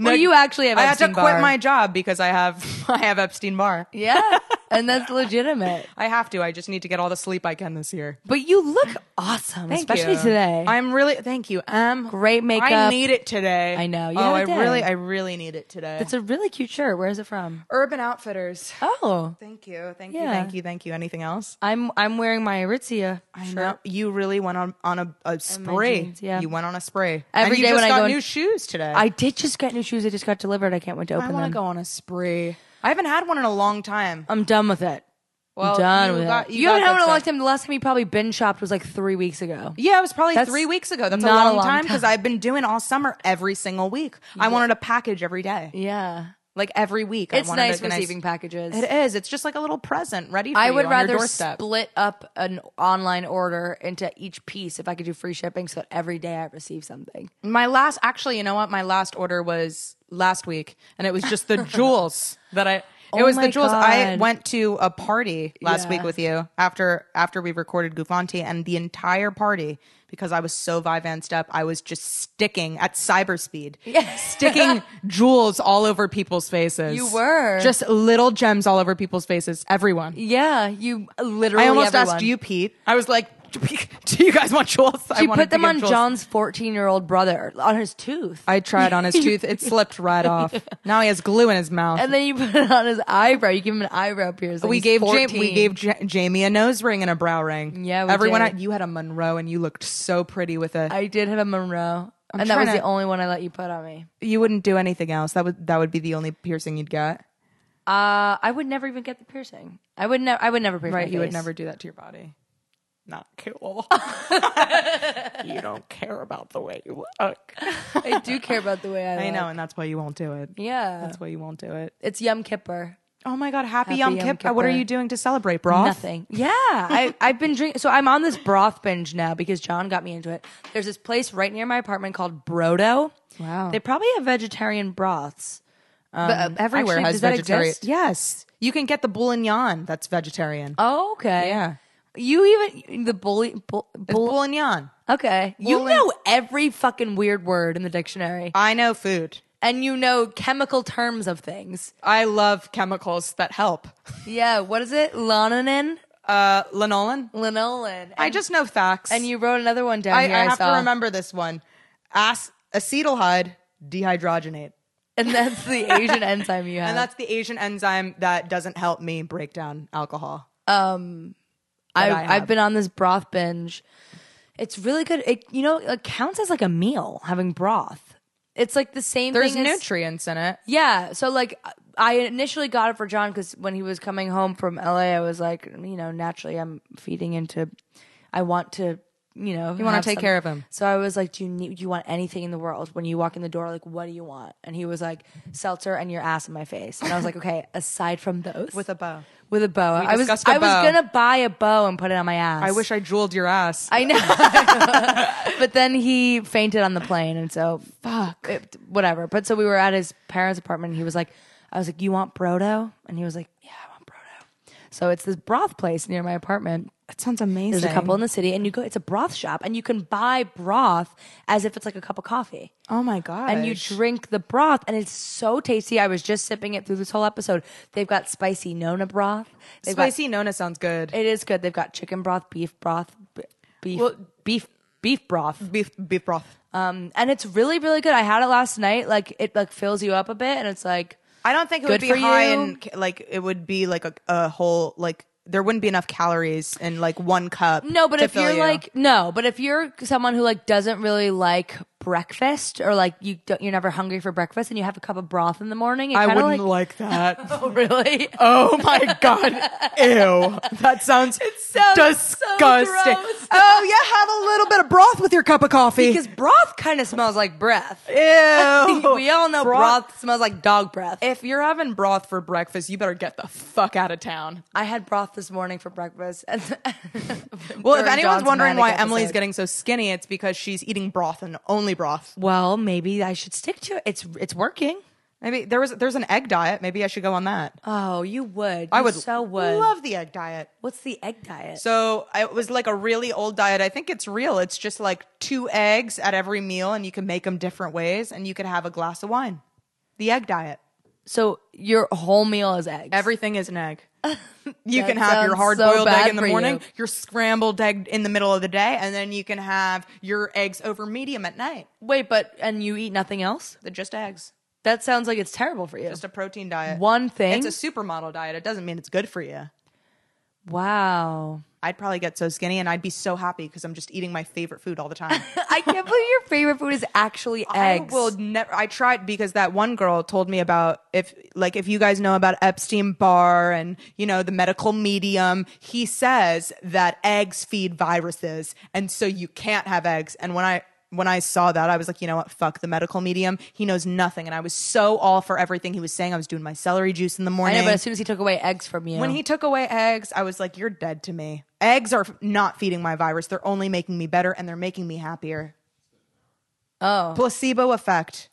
Speaker 2: Well, you actually have.
Speaker 1: I had to
Speaker 2: Epstein
Speaker 1: quit
Speaker 2: Barr.
Speaker 1: my job because I have I have Epstein Barr.
Speaker 2: Yeah, and that's legitimate.
Speaker 1: I have to. I just need to get all the sleep I can this year.
Speaker 2: But you look awesome, especially today.
Speaker 1: I'm really thank you. Um,
Speaker 2: Great
Speaker 1: I
Speaker 2: makeup.
Speaker 1: need it today.
Speaker 2: I know. You
Speaker 1: oh, I
Speaker 2: had a day.
Speaker 1: really, I really need it today.
Speaker 2: it's a really cute shirt. Where is it from?
Speaker 1: Urban Outfitters.
Speaker 2: Oh,
Speaker 1: Thank you. Thank you.
Speaker 2: Yeah.
Speaker 1: Thank you. Thank you. Anything else?
Speaker 2: I'm I'm wearing my Aritzia.
Speaker 1: I
Speaker 2: shirt.
Speaker 1: know you really went on on a, a spray.
Speaker 2: jeans, yeah.
Speaker 1: you went on a spray
Speaker 2: Every
Speaker 1: and you
Speaker 2: day
Speaker 1: just
Speaker 2: when I
Speaker 1: got
Speaker 2: go in-
Speaker 1: new shoes today.
Speaker 2: I did just get new shoes. I just got delivered. I can't wait to open
Speaker 1: want
Speaker 2: them.
Speaker 1: to go on a spree. I haven't had one in a long time.
Speaker 2: I'm done with it.
Speaker 1: Well,
Speaker 2: I'm done
Speaker 1: you
Speaker 2: with
Speaker 1: got-
Speaker 2: it.
Speaker 1: you
Speaker 2: You,
Speaker 1: got
Speaker 2: haven't had
Speaker 1: good
Speaker 2: one in a long
Speaker 1: stuff.
Speaker 2: time. The last time you probably bin shopped was like three weeks ago.
Speaker 1: Yeah, it was probably
Speaker 2: That's
Speaker 1: three weeks ago. That's a
Speaker 2: not a
Speaker 1: long,
Speaker 2: long
Speaker 1: time
Speaker 2: time.
Speaker 1: because I've been doing all summer every single week. I wanted a package every day,
Speaker 2: Yeah.
Speaker 1: like every week.
Speaker 2: It's
Speaker 1: I wanted
Speaker 2: nice
Speaker 1: a
Speaker 2: receiving packages.
Speaker 1: It is. It's just like a little present ready for
Speaker 2: I
Speaker 1: you
Speaker 2: would
Speaker 1: on
Speaker 2: rather
Speaker 1: your doorstep.
Speaker 2: split up an online order into each piece if I could do free shipping so that every day I receive something.
Speaker 1: my last, actually, you know what? My last order was last week, and it was just the jewels that I. It
Speaker 2: Oh
Speaker 1: was the
Speaker 2: my
Speaker 1: jewels. I
Speaker 2: God.
Speaker 1: went to a party last
Speaker 2: Yeah.
Speaker 1: week with you after after we recorded Gufanti, and the entire party because I was so Vivanced up, I was just sticking at cyber speed, sticking jewels all over people's faces.
Speaker 2: You were.
Speaker 1: just little gems all over people's faces. Everyone.
Speaker 2: Yeah, you uh, literally.
Speaker 1: I almost
Speaker 2: everyone.
Speaker 1: asked you, Pete. I was like, "Do you guys want jewels?" I
Speaker 2: She
Speaker 1: wanted
Speaker 2: put them
Speaker 1: to give
Speaker 2: on
Speaker 1: jewels.
Speaker 2: John's 14 year old brother on his tooth.
Speaker 1: I tried on his tooth; it slipped right off. Now he has glue in his mouth.
Speaker 2: and then you put it on his eyebrow. You give him an eyebrow piercing.
Speaker 1: we
Speaker 2: He's
Speaker 1: gave ja-
Speaker 2: 14.
Speaker 1: we gave ja- Jamie a nose ring and a brow ring.
Speaker 2: Yeah, we
Speaker 1: everyone,
Speaker 2: did.
Speaker 1: you had a Monroe, and you looked so pretty with it.
Speaker 2: I did have a Monroe, and that
Speaker 1: trying
Speaker 2: was
Speaker 1: to-
Speaker 2: the only one I let you put on me.
Speaker 1: you wouldn't do anything else. That would that would be the only piercing you'd get.
Speaker 2: Uh, I would never even get the piercing. I would never. I would never pierce.
Speaker 1: Right?
Speaker 2: my
Speaker 1: You would
Speaker 2: face.
Speaker 1: never do that to your body. Not cool. you don't care about the way you look.
Speaker 2: I do care about the way I.
Speaker 1: I
Speaker 2: look.
Speaker 1: know, and that's why you won't do it.
Speaker 2: Yeah,
Speaker 1: That's why you won't do it.
Speaker 2: it's Yum Kipper.
Speaker 1: Oh my God! Happy,
Speaker 2: Happy
Speaker 1: Yom,
Speaker 2: Yom
Speaker 1: Kippur. What are
Speaker 2: Kippur.
Speaker 1: you doing to celebrate, broth?
Speaker 2: Nothing. Yeah, I I've been drinking. So I'm on this broth binge now because John got me into it. There's this place right near my apartment called Brodo.
Speaker 1: Wow.
Speaker 2: They probably have vegetarian broths.
Speaker 1: But, uh, everywhere
Speaker 2: actually,
Speaker 1: has
Speaker 2: does that
Speaker 1: vegetarian.
Speaker 2: exist?
Speaker 1: Yes, you can get the bouillon that's vegetarian.
Speaker 2: Oh, okay.
Speaker 1: Yeah.
Speaker 2: You even the bully. Bull, bull-
Speaker 1: bouillon.
Speaker 2: okay. You
Speaker 1: bully-
Speaker 2: know every fucking weird word in the dictionary,
Speaker 1: I know food.
Speaker 2: and you know chemical terms of things.
Speaker 1: I love chemicals that help.
Speaker 2: Yeah. What is it? Lananin.
Speaker 1: Uh, lanolin.
Speaker 2: Linolin.
Speaker 1: I just know facts.
Speaker 2: and you wrote another one down
Speaker 1: I, I
Speaker 2: here. I,
Speaker 1: have
Speaker 2: saw.
Speaker 1: to remember this one. As- acetylhyde dehydrogenate,
Speaker 2: And that's the Asian enzyme you have.
Speaker 1: and that's the Asian enzyme that doesn't help me break down alcohol.
Speaker 2: I,
Speaker 1: that I
Speaker 2: I
Speaker 1: have.
Speaker 2: have been on this broth binge. It's really good. It you know it counts as like a meal having broth. It's like the same.
Speaker 1: There's
Speaker 2: thing as-
Speaker 1: nutrients in it.
Speaker 2: Yeah. So like I initially got it for John because when he was coming home from LA, I was like, you know, naturally I'm feeding into. I want to, you know, you
Speaker 1: wanna take care of him.
Speaker 2: So I was like, do you need? Do you want anything in the world when you walk in the door? Like, what do you want? And he was like, seltzer and your ass in my face. And I was like, okay. Aside from those,
Speaker 1: With a bow.
Speaker 2: with a bow, I was
Speaker 1: discussed a
Speaker 2: I was
Speaker 1: bow.
Speaker 2: gonna buy a bow and put it on my ass.
Speaker 1: I wish I jeweled your ass.
Speaker 2: I know. but then he fainted on the plane, and so fuck, it, whatever. But so we were at his parents' apartment. And he was like, "I was like, you want brodo?" And he was like, "Yeah, I want brodo." So it's this broth place near my apartment.
Speaker 1: that sounds amazing.
Speaker 2: There's a couple in the city, and you go. It's a broth shop, and you can buy broth as if it's like a cup of coffee,
Speaker 1: Oh my god!
Speaker 2: and you drink the broth, and it's so tasty. I was just sipping it through this whole episode. They've got spicy Nona broth. They've got-
Speaker 1: Spicy Nona sounds good.
Speaker 2: it is good. They've got chicken broth, beef broth, b- beef,
Speaker 1: Well-
Speaker 2: beef, beef broth,
Speaker 1: beef beef broth.
Speaker 2: um, and it's really, really good. I had it last night. Like it, like fills you up a bit, and it's like
Speaker 1: I don't think it would
Speaker 2: Good
Speaker 1: be
Speaker 2: for
Speaker 1: high
Speaker 2: you.
Speaker 1: in ca- like it would be like a, a whole like there wouldn't be enough calories in like one cup.
Speaker 2: no. But
Speaker 1: to
Speaker 2: if
Speaker 1: fill
Speaker 2: you're
Speaker 1: you.
Speaker 2: like no, but if you're someone who like doesn't really like breakfast or like you don't, you're never hungry for breakfast and you have a cup of broth in the morning. It
Speaker 1: I
Speaker 2: kinda,
Speaker 1: wouldn't like, that.
Speaker 2: Oh, really?
Speaker 1: Oh my god. Ew. That sounds,
Speaker 2: sounds so
Speaker 1: disgusting.
Speaker 2: gross.
Speaker 1: oh yeah, have a little bit of broth with your cup of coffee.
Speaker 2: Because broth kind of smells like breath.
Speaker 1: Ew.
Speaker 2: We all know
Speaker 1: Broth-
Speaker 2: Oh, broth. smells like dog breath.
Speaker 1: If you're having broth for breakfast, you better get the fuck out of town.
Speaker 2: I had broth this morning for breakfast. And
Speaker 1: Well,
Speaker 2: During
Speaker 1: if anyone's
Speaker 2: John's
Speaker 1: wondering
Speaker 2: manic
Speaker 1: why
Speaker 2: episode.
Speaker 1: Emily's getting so skinny, it's because she's eating broth and only broth.
Speaker 2: well, maybe I should stick to it. It's it's working.
Speaker 1: Maybe there was there's an egg diet. Maybe I should go on that.
Speaker 2: Oh, you would.
Speaker 1: I
Speaker 2: You
Speaker 1: would
Speaker 2: so would.
Speaker 1: love the egg diet.
Speaker 2: What's the egg diet?
Speaker 1: So it was like a really old diet. I think it's real. It's just like two eggs at every meal, and you can make them different ways, and you could have a glass of wine. The egg diet.
Speaker 2: so your whole meal is eggs.
Speaker 1: Everything is an egg. You
Speaker 2: That
Speaker 1: can have your
Speaker 2: sounds
Speaker 1: hard
Speaker 2: so
Speaker 1: boiled
Speaker 2: bad
Speaker 1: egg in the
Speaker 2: for
Speaker 1: morning,
Speaker 2: you.
Speaker 1: your scrambled egg in the middle of the day, and then you can have your eggs over medium at night.
Speaker 2: Wait, but and you eat nothing else?
Speaker 1: They're just eggs.
Speaker 2: That sounds like it's terrible for you.
Speaker 1: Just a protein diet.
Speaker 2: One thing.
Speaker 1: It's a supermodel diet. It doesn't mean it's good for you.
Speaker 2: wow.
Speaker 1: I'd probably get so skinny and I'd be so happy because I'm just eating my favorite food all the time.
Speaker 2: I can't believe your favorite food is actually eggs.
Speaker 1: I will never. I tried because that one girl told me about if, like, if you guys know about Epstein Barr and you know the medical medium, he says that eggs feed viruses, and so you can't have eggs. And when I when I saw that, I was like, you know what? Fuck the medical medium. He knows nothing, and I was so all for everything he was saying. I was doing my celery juice in the
Speaker 2: I
Speaker 1: morning.
Speaker 2: know, but as soon as he took away eggs from you,
Speaker 1: when he took away eggs, I was like, you're dead to me. Eggs are not feeding my virus. They're only making me better, and they're making me happier.
Speaker 2: oh,
Speaker 1: Placebo effect.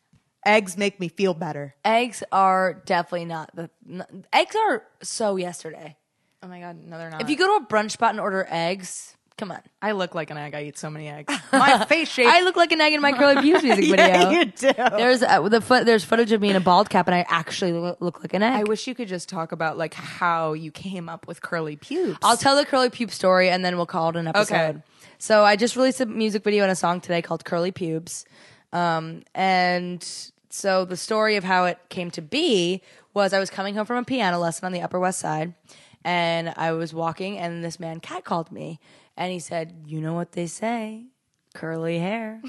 Speaker 1: Eggs make me feel better.
Speaker 2: eggs are definitely not the n- eggs are so yesterday.
Speaker 1: Oh my god, no, they're not.
Speaker 2: If you go to a brunch spot and order eggs, come on.
Speaker 1: I look like an egg. I eat so many eggs. My Uh, face shape.
Speaker 2: I look like an egg in my Curly Views music video.
Speaker 1: yeah, you do.
Speaker 2: There's uh, the foot. There's footage of me in a bald cap, and I actually lo- look like an egg.
Speaker 1: I wish you could just talk about like how you came up with curly pubes.
Speaker 2: I'll tell the curly pube story and then we'll call it an episode.
Speaker 1: Okay.
Speaker 2: So I just released a music video and a song today called Curly Pubes. Um, and so the story of how it came to be was I was coming home from a piano lesson on the Upper West Side and I was walking and this man cat called me and he said, You know what they say? Curly hair,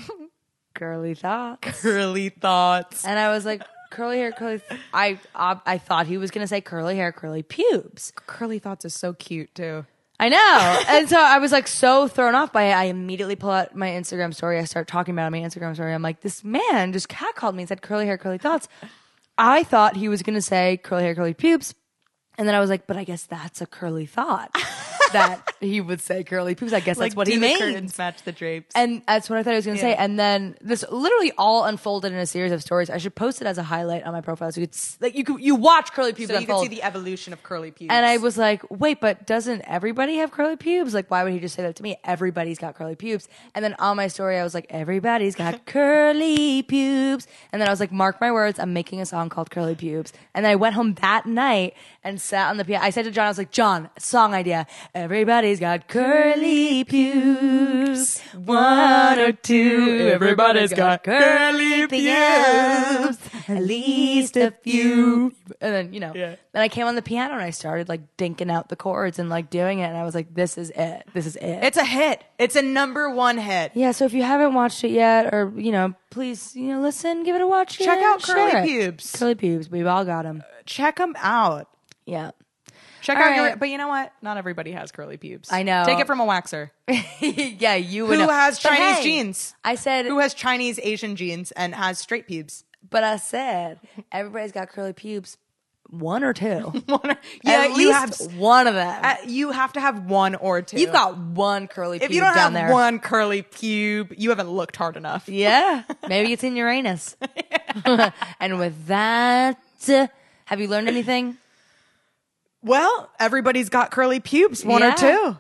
Speaker 2: curly thoughts.
Speaker 1: curly thoughts.
Speaker 2: And I was like, Curly hair, curly. Th-. I ob- I thought he was gonna say curly hair, curly pubes.
Speaker 1: Curly thoughts is so cute too.
Speaker 2: I know. and so I was like so thrown off by it. I immediately pull out my Instagram story. I start talking about it on my Instagram story. I'm like, this man just cat called me and said curly hair, curly thoughts. I thought he was gonna say curly hair, curly pubes. And then I was like, but I guess that's a curly thought that he would say curly pubes. I guess that's what he
Speaker 1: do the
Speaker 2: means.
Speaker 1: curtains match the drapes.
Speaker 2: And that's what I thought I was going to say. And then this literally all unfolded in a series of stories. I should post it as a highlight on my profile so you could s- like you could you watch curly pubes
Speaker 1: so you can
Speaker 2: unfold.
Speaker 1: see the evolution of curly pubes.
Speaker 2: And I was like, wait, but doesn't everybody have curly pubes? Like, why would he just say that to me? Everybody's got curly pubes. And then on my story, I was like, everybody's got curly pubes. And then I was like, mark my words, I'm making a song called Curly Pubes. And then I went home that night and sat on the piano. I said to John, I was like, John, song idea. Everybody's got curly pubes. One or two.
Speaker 1: Everybody's got curly
Speaker 2: pubes. At least a few. And then, you know.
Speaker 1: Yeah.
Speaker 2: And I came on the piano and I started like dinking out the chords and like doing it. And I was like, this is it. This is it.
Speaker 1: it's a hit. It's a number one hit.
Speaker 2: yeah, so if you haven't watched it yet or, you know, please, you know, listen, give it a watch.
Speaker 1: Check
Speaker 2: yeah,
Speaker 1: out Curly
Speaker 2: share it.
Speaker 1: Pubes.
Speaker 2: Curly pubes. We've all got them.
Speaker 1: Check them out.
Speaker 2: Yeah.
Speaker 1: Check
Speaker 2: All
Speaker 1: out your.
Speaker 2: right.
Speaker 1: But you know what? Not everybody has curly pubes.
Speaker 2: I know.
Speaker 1: Take it from a waxer.
Speaker 2: yeah, you would
Speaker 1: Who
Speaker 2: know.
Speaker 1: has
Speaker 2: But
Speaker 1: Chinese
Speaker 2: hey,
Speaker 1: jeans?
Speaker 2: I said,
Speaker 1: Who has Chinese Asian jeans and has straight pubes?
Speaker 2: but I said, everybody's got curly pubes. One or two.
Speaker 1: Yeah,
Speaker 2: At
Speaker 1: you
Speaker 2: least
Speaker 1: have
Speaker 2: one of them.
Speaker 1: Uh, you have to have one or two.
Speaker 2: You've got one curly pube
Speaker 1: if you don't
Speaker 2: down
Speaker 1: have
Speaker 2: there.
Speaker 1: one curly pube, you haven't looked hard enough.
Speaker 2: Yeah, maybe it's in Uranus. and with that, have you learned anything?
Speaker 1: Well, everybody's got curly pubes, one
Speaker 2: Yeah.
Speaker 1: or two.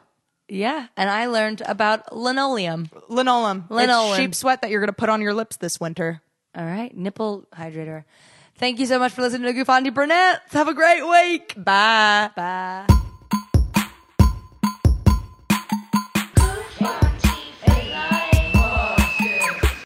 Speaker 2: Yeah, and I learned about linoleum.
Speaker 1: Linoleum.
Speaker 2: Linoleum.
Speaker 1: It's sheep sweat that you're going to put on your lips this winter.
Speaker 2: All right, nipple hydrator. Thank you so much for listening to Gufandi Burnett. Have a great week. Bye. Bye.